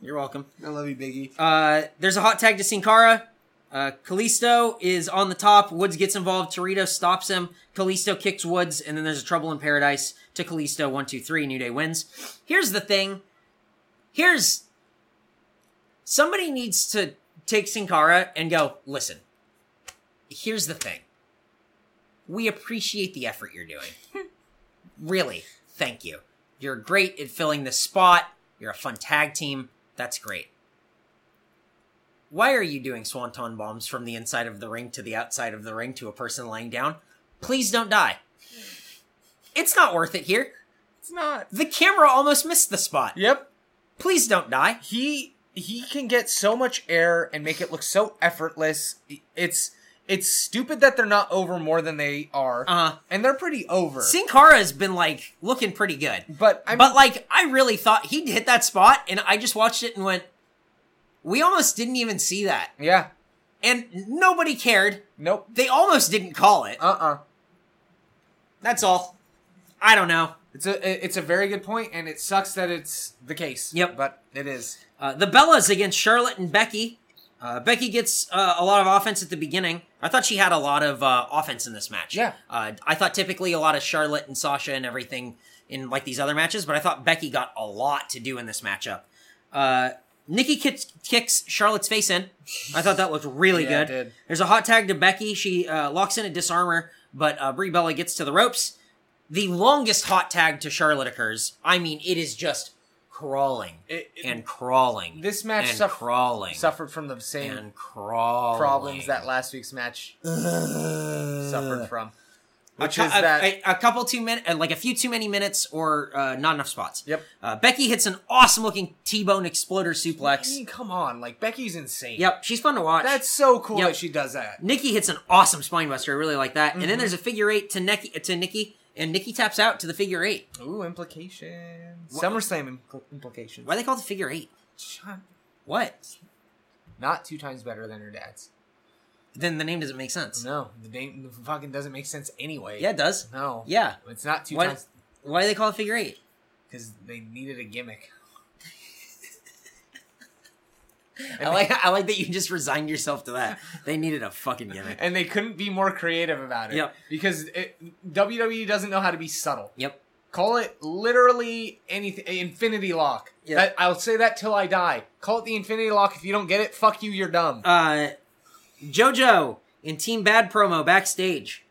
Speaker 3: You're welcome.
Speaker 4: I love you, Biggie.
Speaker 3: Uh, there's a hot tag to Sin Cara. Uh, Kalisto is on the top. Woods gets involved. Torito stops him. Kalisto kicks Woods, and then there's a trouble in paradise to Kalisto. One, two, three. New Day wins. Here's the thing. Here's somebody needs to take Sin Cara and go. Listen. Here's the thing. We appreciate the effort you're doing. really, thank you. You're great at filling this spot. You're a fun tag team. That's great why are you doing swanton bombs from the inside of the ring to the outside of the ring to a person lying down? Please don't die. It's not worth it here.
Speaker 4: It's not.
Speaker 3: The camera almost missed the spot.
Speaker 4: Yep.
Speaker 3: Please don't die.
Speaker 4: He he can get so much air and make it look so effortless. It's it's stupid that they're not over more than they are.
Speaker 3: Uh,
Speaker 4: and they're pretty over.
Speaker 3: Sin Cara's been like looking pretty good.
Speaker 4: but I mean,
Speaker 3: but like, I really thought he'd hit that spot, and I just watched it and went, we almost didn't even see that.
Speaker 4: yeah.
Speaker 3: And nobody cared.
Speaker 4: Nope.
Speaker 3: They almost didn't call it.
Speaker 4: Uh-uh.
Speaker 3: That's all. I don't know.
Speaker 4: It's a it's a very good point, and it sucks that it's the case.
Speaker 3: Yep.
Speaker 4: But it is.
Speaker 3: Uh, the Bellas against Charlotte and Becky. Uh, Becky gets uh, a lot of offense at the beginning. I thought she had a lot of uh, offense in this match.
Speaker 4: Yeah.
Speaker 3: Uh, I thought typically a lot of Charlotte and Sasha and everything in like these other matches, but I thought Becky got a lot to do in this matchup. Uh, Nikki kicks, kicks Charlotte's face in. I thought that looked really
Speaker 4: Yeah, it
Speaker 3: good.
Speaker 4: did.
Speaker 3: There's a hot tag to Becky. She uh, locks in a disarmer, but uh, Brie Bella gets to the ropes. The longest hot tag to Charlotte occurs. I mean, it is just crawling
Speaker 4: It- it-
Speaker 3: and crawling.
Speaker 4: This match
Speaker 3: and
Speaker 4: suff-
Speaker 3: crawling
Speaker 4: Suffered from the same
Speaker 3: and crawling
Speaker 4: problems that last week's match suffered from, which
Speaker 3: a,
Speaker 4: is
Speaker 3: cou- a-
Speaker 4: that.
Speaker 3: a, a couple too many, like a few too many minutes or uh, not enough spots.
Speaker 4: Yep.
Speaker 3: Uh, Becky hits an awesome looking T-bone exploder
Speaker 4: I
Speaker 3: suplex.
Speaker 4: mean, come on, like Becky's insane.
Speaker 3: Yep, she's fun to watch.
Speaker 4: That's so cool
Speaker 3: Yep.
Speaker 4: that she does that.
Speaker 3: Nikki hits an awesome spine buster. I really like that. And
Speaker 4: Mhm.
Speaker 3: then there's a figure eight to Nikki to Nikki, and Nikki taps out to the figure eight.
Speaker 4: Ooh, implications. SummerSlam impl- implications.
Speaker 3: Why are they call it the figure eight?
Speaker 4: Shut-
Speaker 3: What?
Speaker 4: Not two times better than her dad's.
Speaker 3: Then the name doesn't make sense.
Speaker 4: No, the name the fucking doesn't make sense anyway.
Speaker 3: Yeah, it does.
Speaker 4: No.
Speaker 3: Yeah.
Speaker 4: It's not two
Speaker 3: Why-
Speaker 4: times
Speaker 3: Why do they call it figure eight?
Speaker 4: because they needed a gimmick.
Speaker 3: I like I like that you just resigned yourself to that. They needed a fucking gimmick.
Speaker 4: and they couldn't be more creative about it.
Speaker 3: Yep.
Speaker 4: Because it, WWE doesn't know how to be subtle.
Speaker 3: Yep.
Speaker 4: Call it literally anything. Infinity Lock.
Speaker 3: Yep.
Speaker 4: That, I'll say that till I die. Call it the Infinity Lock. If you don't get it, fuck you. You're dumb.
Speaker 3: Uh, JoJo in Team Bad promo backstage.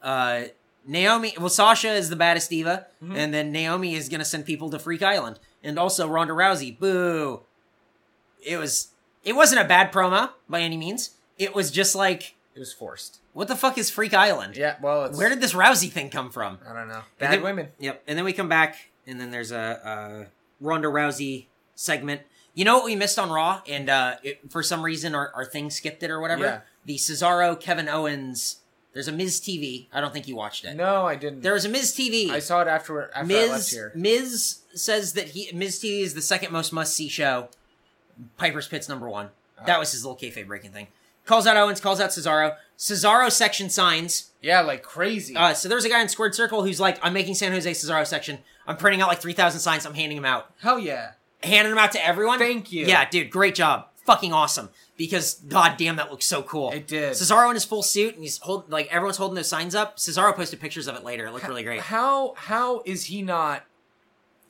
Speaker 3: Uh, Naomi, well, Sasha is the baddest diva, and then Naomi is gonna send people to Freak Island, and also Ronda Rousey. Boo! It was it wasn't a bad promo by any means. It was just like,
Speaker 4: it was forced.
Speaker 3: what the fuck is Freak Island?
Speaker 4: Yeah. Well, it's,
Speaker 3: Where did this Rousey thing come from?
Speaker 4: I don't know.
Speaker 3: And
Speaker 4: Bad
Speaker 3: then-
Speaker 4: women.
Speaker 3: Yep. And then we come back, and then there's a, a Ronda Rousey segment. You know what we missed on Raw, and uh, it, for some reason our, our thing skipped it or whatever.
Speaker 4: Yeah.
Speaker 3: The Cesaro Kevin Owens. There's a Miz TV. I don't think you watched it.
Speaker 4: No, I didn't.
Speaker 3: There was a Miz TV.
Speaker 4: I saw it after after I left
Speaker 3: Miz
Speaker 4: here.
Speaker 3: Miz says that he Miz TV is the second most must see show. Piper's Pit's number one.
Speaker 4: Uh.
Speaker 3: That was his little kayfabe breaking thing. Calls out Owens. Calls out Cesaro. Cesaro section signs.
Speaker 4: Yeah, like crazy.
Speaker 3: Uh, so there's a guy in Squared Circle who's like, I'm making San Jose Cesaro section. I'm printing out like 3,000 signs. I'm handing them out.
Speaker 4: Hell yeah.
Speaker 3: Handing them out to everyone.
Speaker 4: Thank you.
Speaker 3: Yeah, dude, great job. Fucking awesome. Because goddamn, that looks so cool.
Speaker 4: It did.
Speaker 3: Cesaro in his full suit, and he's hold like everyone's holding those signs up. Cesaro posted pictures of it later. It looked really great.
Speaker 4: How how is he not?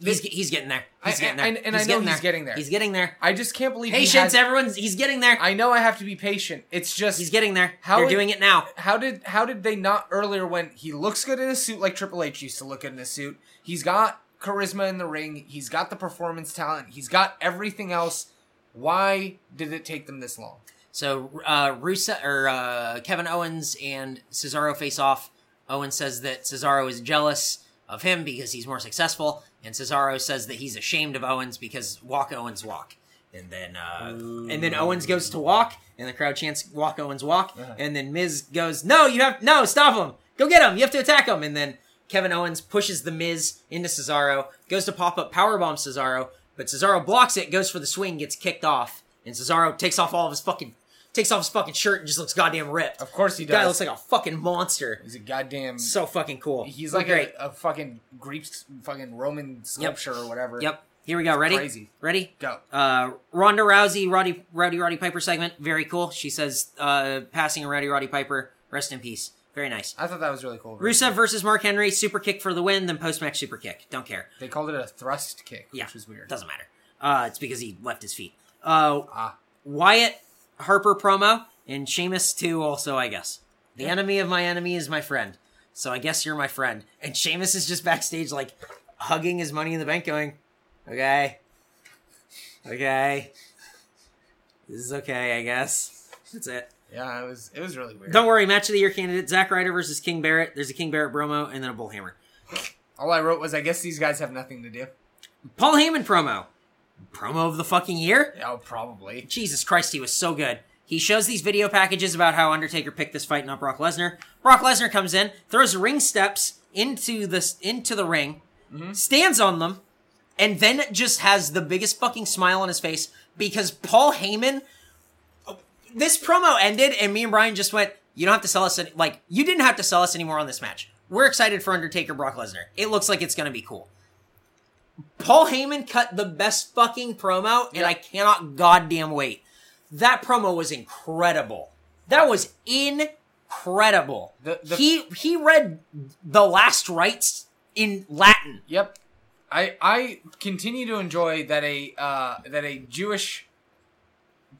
Speaker 3: He's, ge- he's getting there. He's
Speaker 4: I-
Speaker 3: getting there.
Speaker 4: and- and I know he's getting there.
Speaker 3: He's getting there.
Speaker 4: I just can't believe. he
Speaker 3: Patience,
Speaker 4: has-
Speaker 3: everyone's. He's getting there.
Speaker 4: I know I have to be patient. It's just
Speaker 3: He's getting there.
Speaker 4: How
Speaker 3: They're
Speaker 4: it-
Speaker 3: doing it now.
Speaker 4: how did how did they not earlier when he looks good in a suit like Triple H used to look good in a suit? He's got charisma in the ring. He's got the performance talent. He's got everything else. Why did it take them this long?
Speaker 3: So uh, Rusa or uh, Kevin Owens and Cesaro face off. Owens says that Cesaro is jealous of him because he's more successful, and Cesaro says that he's ashamed of Owens because walk Owens walk. And then uh, and then Owens goes to walk, and the crowd chants "Walk Owens walk," and then Miz goes, "No, you have no stop him, go get him, you have to attack him." And then Kevin Owens pushes the Miz into Cesaro, goes to pop up powerbomb Cesaro, but Cesaro blocks it, goes for the swing, gets kicked off, and Cesaro takes off all of his fucking takes off his fucking shirt and just looks goddamn ripped.
Speaker 4: Of course he
Speaker 3: Guy
Speaker 4: does.
Speaker 3: looks like a fucking monster.
Speaker 4: he's a goddamn.
Speaker 3: So fucking cool.
Speaker 4: he's
Speaker 3: Look
Speaker 4: like a, a fucking Greek, s- fucking Roman sculpture or whatever.
Speaker 3: Yep. Here we go. Ready?
Speaker 4: crazy.
Speaker 3: Ready?
Speaker 4: Go.
Speaker 3: Uh, Ronda Rousey, Roddy, Rowdy, Roddy Piper segment. Very cool. She says, uh, passing Rowdy, Roddy Piper. Rest in peace. Very nice.
Speaker 4: I thought that was really cool.
Speaker 3: Rusev versus Mark Henry. Super kick for the win, then post match super kick. Don't care.
Speaker 4: They called it a thrust kick,
Speaker 3: Yeah.
Speaker 4: which was weird.
Speaker 3: Doesn't matter. Uh, it's because he left his feet. Uh,
Speaker 4: Ah,
Speaker 3: Wyatt Harper promo and Sheamus too. Also, I guess the enemy of my enemy is my friend. So I guess you're my friend. And Sheamus is just backstage, like hugging his money in the bank, going, "Okay, okay, this is okay, I guess." That's it.
Speaker 4: yeah, it was it was really weird.
Speaker 3: Don't worry, match of the year candidate Zack Ryder versus King Barrett. There's a King Barrett promo and then a Bullhammer.
Speaker 4: All I wrote was, I guess these guys have nothing to do.
Speaker 3: Paul Heyman promo. Promo of the fucking year?
Speaker 4: Oh, probably.
Speaker 3: Jesus Christ, he was so good. He shows these video packages about how Undertaker picked this fight, not Brock Lesnar. Brock Lesnar comes in, throws ring steps into the into the ring, stands on them, and then just has the biggest fucking smile on his face because Paul Heyman. This promo ended, and me and Brian just went. You don't have to sell us any, like you didn't have to sell us anymore on this match. We're excited for Undertaker Brock Lesnar. It looks like it's going to be cool. Paul Heyman cut the best fucking promo, and I cannot goddamn wait. That promo was incredible. That was incredible.
Speaker 4: The- the-
Speaker 3: he he read the last rites in Latin.
Speaker 4: Yep. I I continue to enjoy that a uh, that a Jewish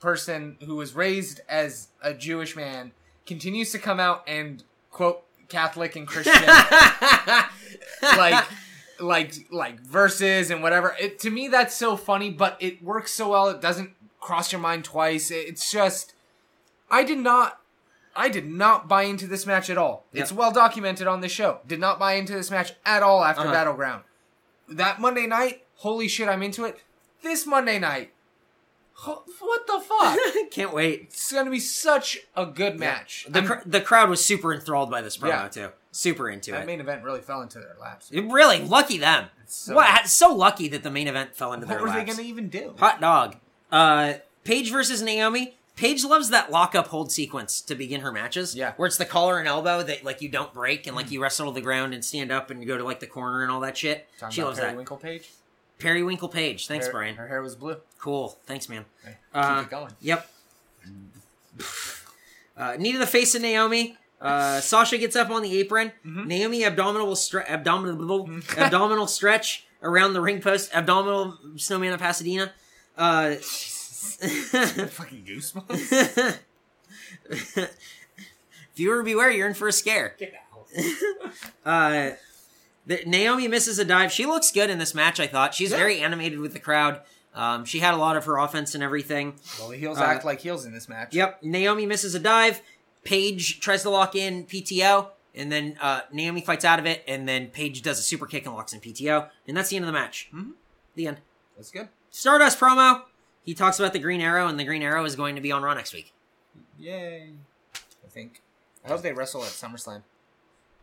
Speaker 4: person who was raised as a Jewish man continues to come out and quote Catholic and Christian like like like verses and whatever. It, to me that's so funny, but it works so well. It doesn't cross your mind twice. It- it's just I did not I did not buy into this match at all. It's
Speaker 3: Yeah.
Speaker 4: well documented on this show. Did not buy into this match at all after
Speaker 3: Uh-huh.
Speaker 4: Battleground. That Monday night, holy shit, I'm into it. This Monday night, ho- what the fuck?
Speaker 3: Can't wait.
Speaker 4: it's gonna be such a good match.
Speaker 3: The,
Speaker 4: I'm-
Speaker 3: cr- the crowd was super enthralled by this promo
Speaker 4: Yeah.
Speaker 3: too. Super into
Speaker 4: that
Speaker 3: it.
Speaker 4: main event really fell into their laps.
Speaker 3: It really lucky them.
Speaker 4: so-
Speaker 3: what? So lucky that the main event fell into
Speaker 4: What
Speaker 3: their
Speaker 4: were they
Speaker 3: laps.
Speaker 4: gonna even do?
Speaker 3: Hot dog. Uh, Paige versus Naomi. Paige loves that lockup hold sequence to begin her matches.
Speaker 4: Yeah.
Speaker 3: Where it's the collar and elbow that like you don't break and like you wrestle to the ground and stand up and you go to like the corner and all that shit.
Speaker 4: Talking
Speaker 3: she
Speaker 4: about
Speaker 3: loves that.
Speaker 4: Periwinkle Page.
Speaker 3: Periwinkle Page. Thanks,
Speaker 4: Her-
Speaker 3: Brian.
Speaker 4: Her hair was blue.
Speaker 3: Cool. Thanks, man.
Speaker 4: Hey, keep
Speaker 3: Uh,
Speaker 4: it going.
Speaker 3: Yep. Uh, knee to the face of Naomi. Uh, Sasha gets up on the apron. Naomi abdominal stre- abdominal abdominal stretch around the ring post. Abdominal snowman of Pasadena. Uh,
Speaker 4: Fucking goosebumps.
Speaker 3: viewer beware, you're in for a scare. Uh, the, Naomi misses a dive. She looks good in this match. I thought she's
Speaker 4: Yeah.
Speaker 3: very animated with the crowd. Um, she had a lot of her offense and everything.
Speaker 4: well, the heels
Speaker 3: Uh,
Speaker 4: act like heels in this match.
Speaker 3: Yep. Naomi misses a dive. Paige tries to lock in PTO, and then uh, Naomi fights out of it, and then Paige does a super kick and locks in PTO, and that's the end of the match.
Speaker 4: Mhm.
Speaker 3: The end.
Speaker 4: That's good.
Speaker 3: Stardust promo. He talks about the Green Arrow, and the Green Arrow is going to be on Raw next week.
Speaker 4: Yay. I think. I hope they wrestle at SummerSlam.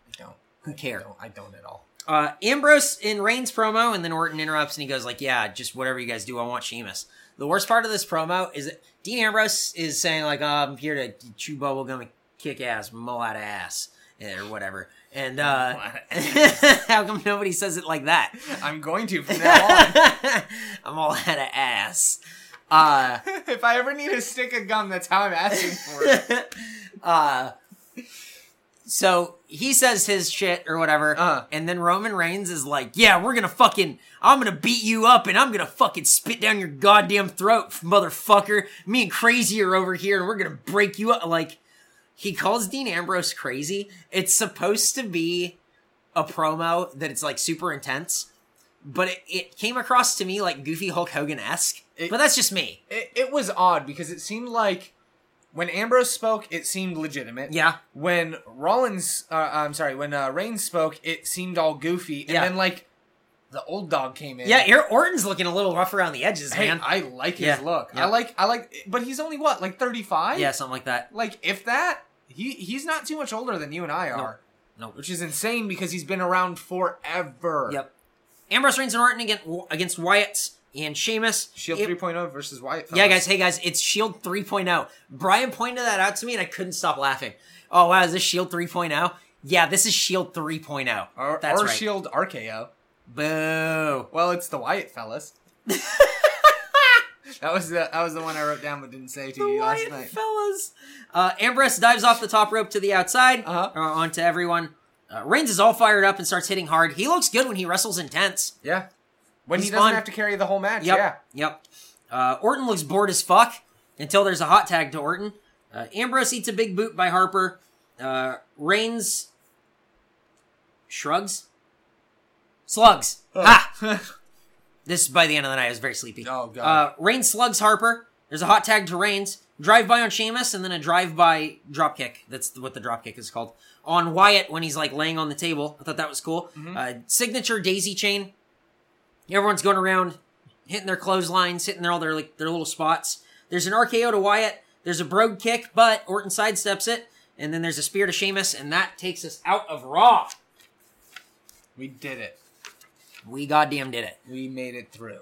Speaker 4: I don't.
Speaker 3: Who
Speaker 4: I
Speaker 3: cares?
Speaker 4: don't, I don't at all.
Speaker 3: Uh, Ambrose in Reigns promo, and then Orton interrupts and he goes like, "Yeah, just whatever you guys do, I want Sheamus." The worst part of this promo is that Dean Ambrose is saying like, oh, "I'm here to chew bubble gum and kick ass, mow out of ass, eh, or whatever." And uh, how come nobody says it like that?
Speaker 4: I'm going to from now on.
Speaker 3: I'm all out of ass. Uh,
Speaker 4: if I ever need a stick of gum, that's how I'm asking for it.
Speaker 3: uh, so he says his shit or whatever,
Speaker 4: Uh-huh.
Speaker 3: and then Roman Reigns is like, "Yeah, we're gonna fucking, I'm gonna beat you up, and I'm gonna fucking spit down your goddamn throat, motherfucker. Me and Crazy are over here, and we're gonna break you up." Like he calls Dean Ambrose crazy. It's supposed to be a promo that it's like super intense, but it, it came across to me like goofy Hulk Hogan esque.
Speaker 4: It-
Speaker 3: But that's just me.
Speaker 4: it. It was odd because it seemed like when Ambrose spoke, it seemed legitimate.
Speaker 3: Yeah.
Speaker 4: When Rollins, uh, I'm sorry, when uh, Reigns spoke, it seemed all goofy. And
Speaker 3: Yeah.
Speaker 4: then, like, the old dog came in.
Speaker 3: Yeah, Eric Orton's looking a little rough around the edges,
Speaker 4: Hey,
Speaker 3: man.
Speaker 4: I like his
Speaker 3: Yeah,
Speaker 4: look.
Speaker 3: yeah.
Speaker 4: I like, I like, but he's only what, like 35?
Speaker 3: yeah, something like that.
Speaker 4: Like, if that, he he's not too much older than you and I are,
Speaker 3: No.
Speaker 4: which is insane because he's been around forever.
Speaker 3: Yep. Ambrose Reigns and Orton against, against Wyatt and Sheamus.
Speaker 4: Shield
Speaker 3: It-
Speaker 4: 3.0 versus Wyatt.
Speaker 3: Yeah,
Speaker 4: Fellas.
Speaker 3: guys. Hey, guys. It's Shield 3.0. oh. Brian pointed that out to me, and I couldn't stop laughing. Oh, wow. Is this Shield 3.0? oh? Yeah, this is Shield 3.0.
Speaker 4: Or,
Speaker 3: That's
Speaker 4: or
Speaker 3: right.
Speaker 4: Shield RKO.
Speaker 3: Boo.
Speaker 4: Well, it's the Wyatt fellas. that was the that was the one I wrote down but didn't say to
Speaker 3: The
Speaker 4: you
Speaker 3: Wyatt
Speaker 4: last night.
Speaker 3: fellas. Uh, Ambrose dives off the top rope to the outside
Speaker 4: Uh-huh.
Speaker 3: uh, onto everyone. Uh, Reigns is all fired up and starts hitting hard. He looks good when he wrestles intense.
Speaker 4: yeah, when
Speaker 3: He's
Speaker 4: he doesn't
Speaker 3: fun.
Speaker 4: have to carry the whole match.
Speaker 3: Yep.
Speaker 4: Yeah,
Speaker 3: Yep. Uh, Orton looks bored as fuck until there's a hot tag to Orton. Uh, Ambrose eats a big boot by Harper. Uh, Reigns shrugs. Slugs. Ha! This is by the end of the night. I was very sleepy.
Speaker 4: Oh, God.
Speaker 3: Uh, Reigns slugs Harper. There's a hot tag to Reigns. Drive by on Sheamus, and then a drive by drop kick. That's what the drop kick is called. On Wyatt when he's like laying on the table. I thought that was cool.
Speaker 4: Mm-hmm.
Speaker 3: Uh, signature daisy chain. Everyone's going around hitting their clotheslines, hitting their all their like their little spots. There's an RKO to Wyatt. There's a brogue kick, but Orton sidesteps it, and then there's a spear to Sheamus, and that takes us out of Raw.
Speaker 4: we did it.
Speaker 3: We goddamn did it. Mm-hmm.
Speaker 4: We made it through.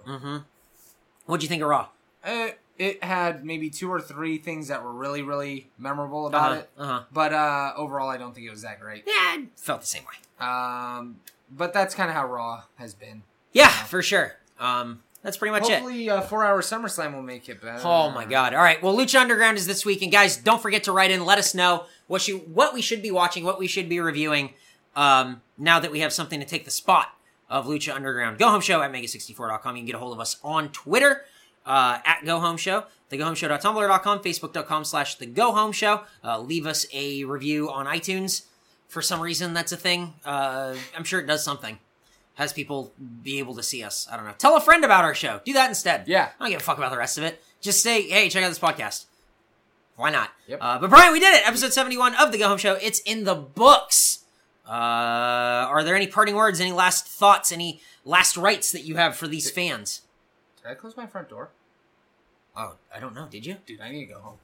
Speaker 3: What'd you think of Raw?
Speaker 4: Uh, it had maybe two or three things that were really really memorable about
Speaker 3: Uh-huh,
Speaker 4: it.
Speaker 3: uh-huh.
Speaker 4: But uh, overall, I don't think it was that great.
Speaker 3: Yeah, I felt the same way.
Speaker 4: Um, but that's kind of how Raw has been.
Speaker 3: Yeah, for sure. Um, that's pretty much it.
Speaker 4: Hopefully, uh, four hour SummerSlam will make it better.
Speaker 3: Oh my god! All right, well, Lucha Underground is this week, and guys, don't forget to write in. Let us know what you what we should be watching, what we should be reviewing. Um, now that we have something to take the spot of Lucha Underground, Go Home Show at mega64.com. You can get a hold of us on Twitter uh, at Go Home Show, thegohomeshow.tumblr.com, facebook.com slash the Go Home Show. Uh, leave us a review on iTunes. For some reason, that's a thing. Uh, I'm sure it does something. Has people be able to see us? I don't know. Tell a friend about our show. Do that instead.
Speaker 4: Yeah.
Speaker 3: I don't give a fuck about the rest of it. Just say, hey, check out this podcast. Why not?
Speaker 4: Yep.
Speaker 3: Uh, but Brian, we did it. Episode 71 of The Go Home Show. It's in the books. Uh, are there any parting words, any last thoughts, any last rites that you have for these fans?
Speaker 4: Did I close my front door?
Speaker 3: Oh, I don't know. Did you?
Speaker 4: Dude, I need to go home.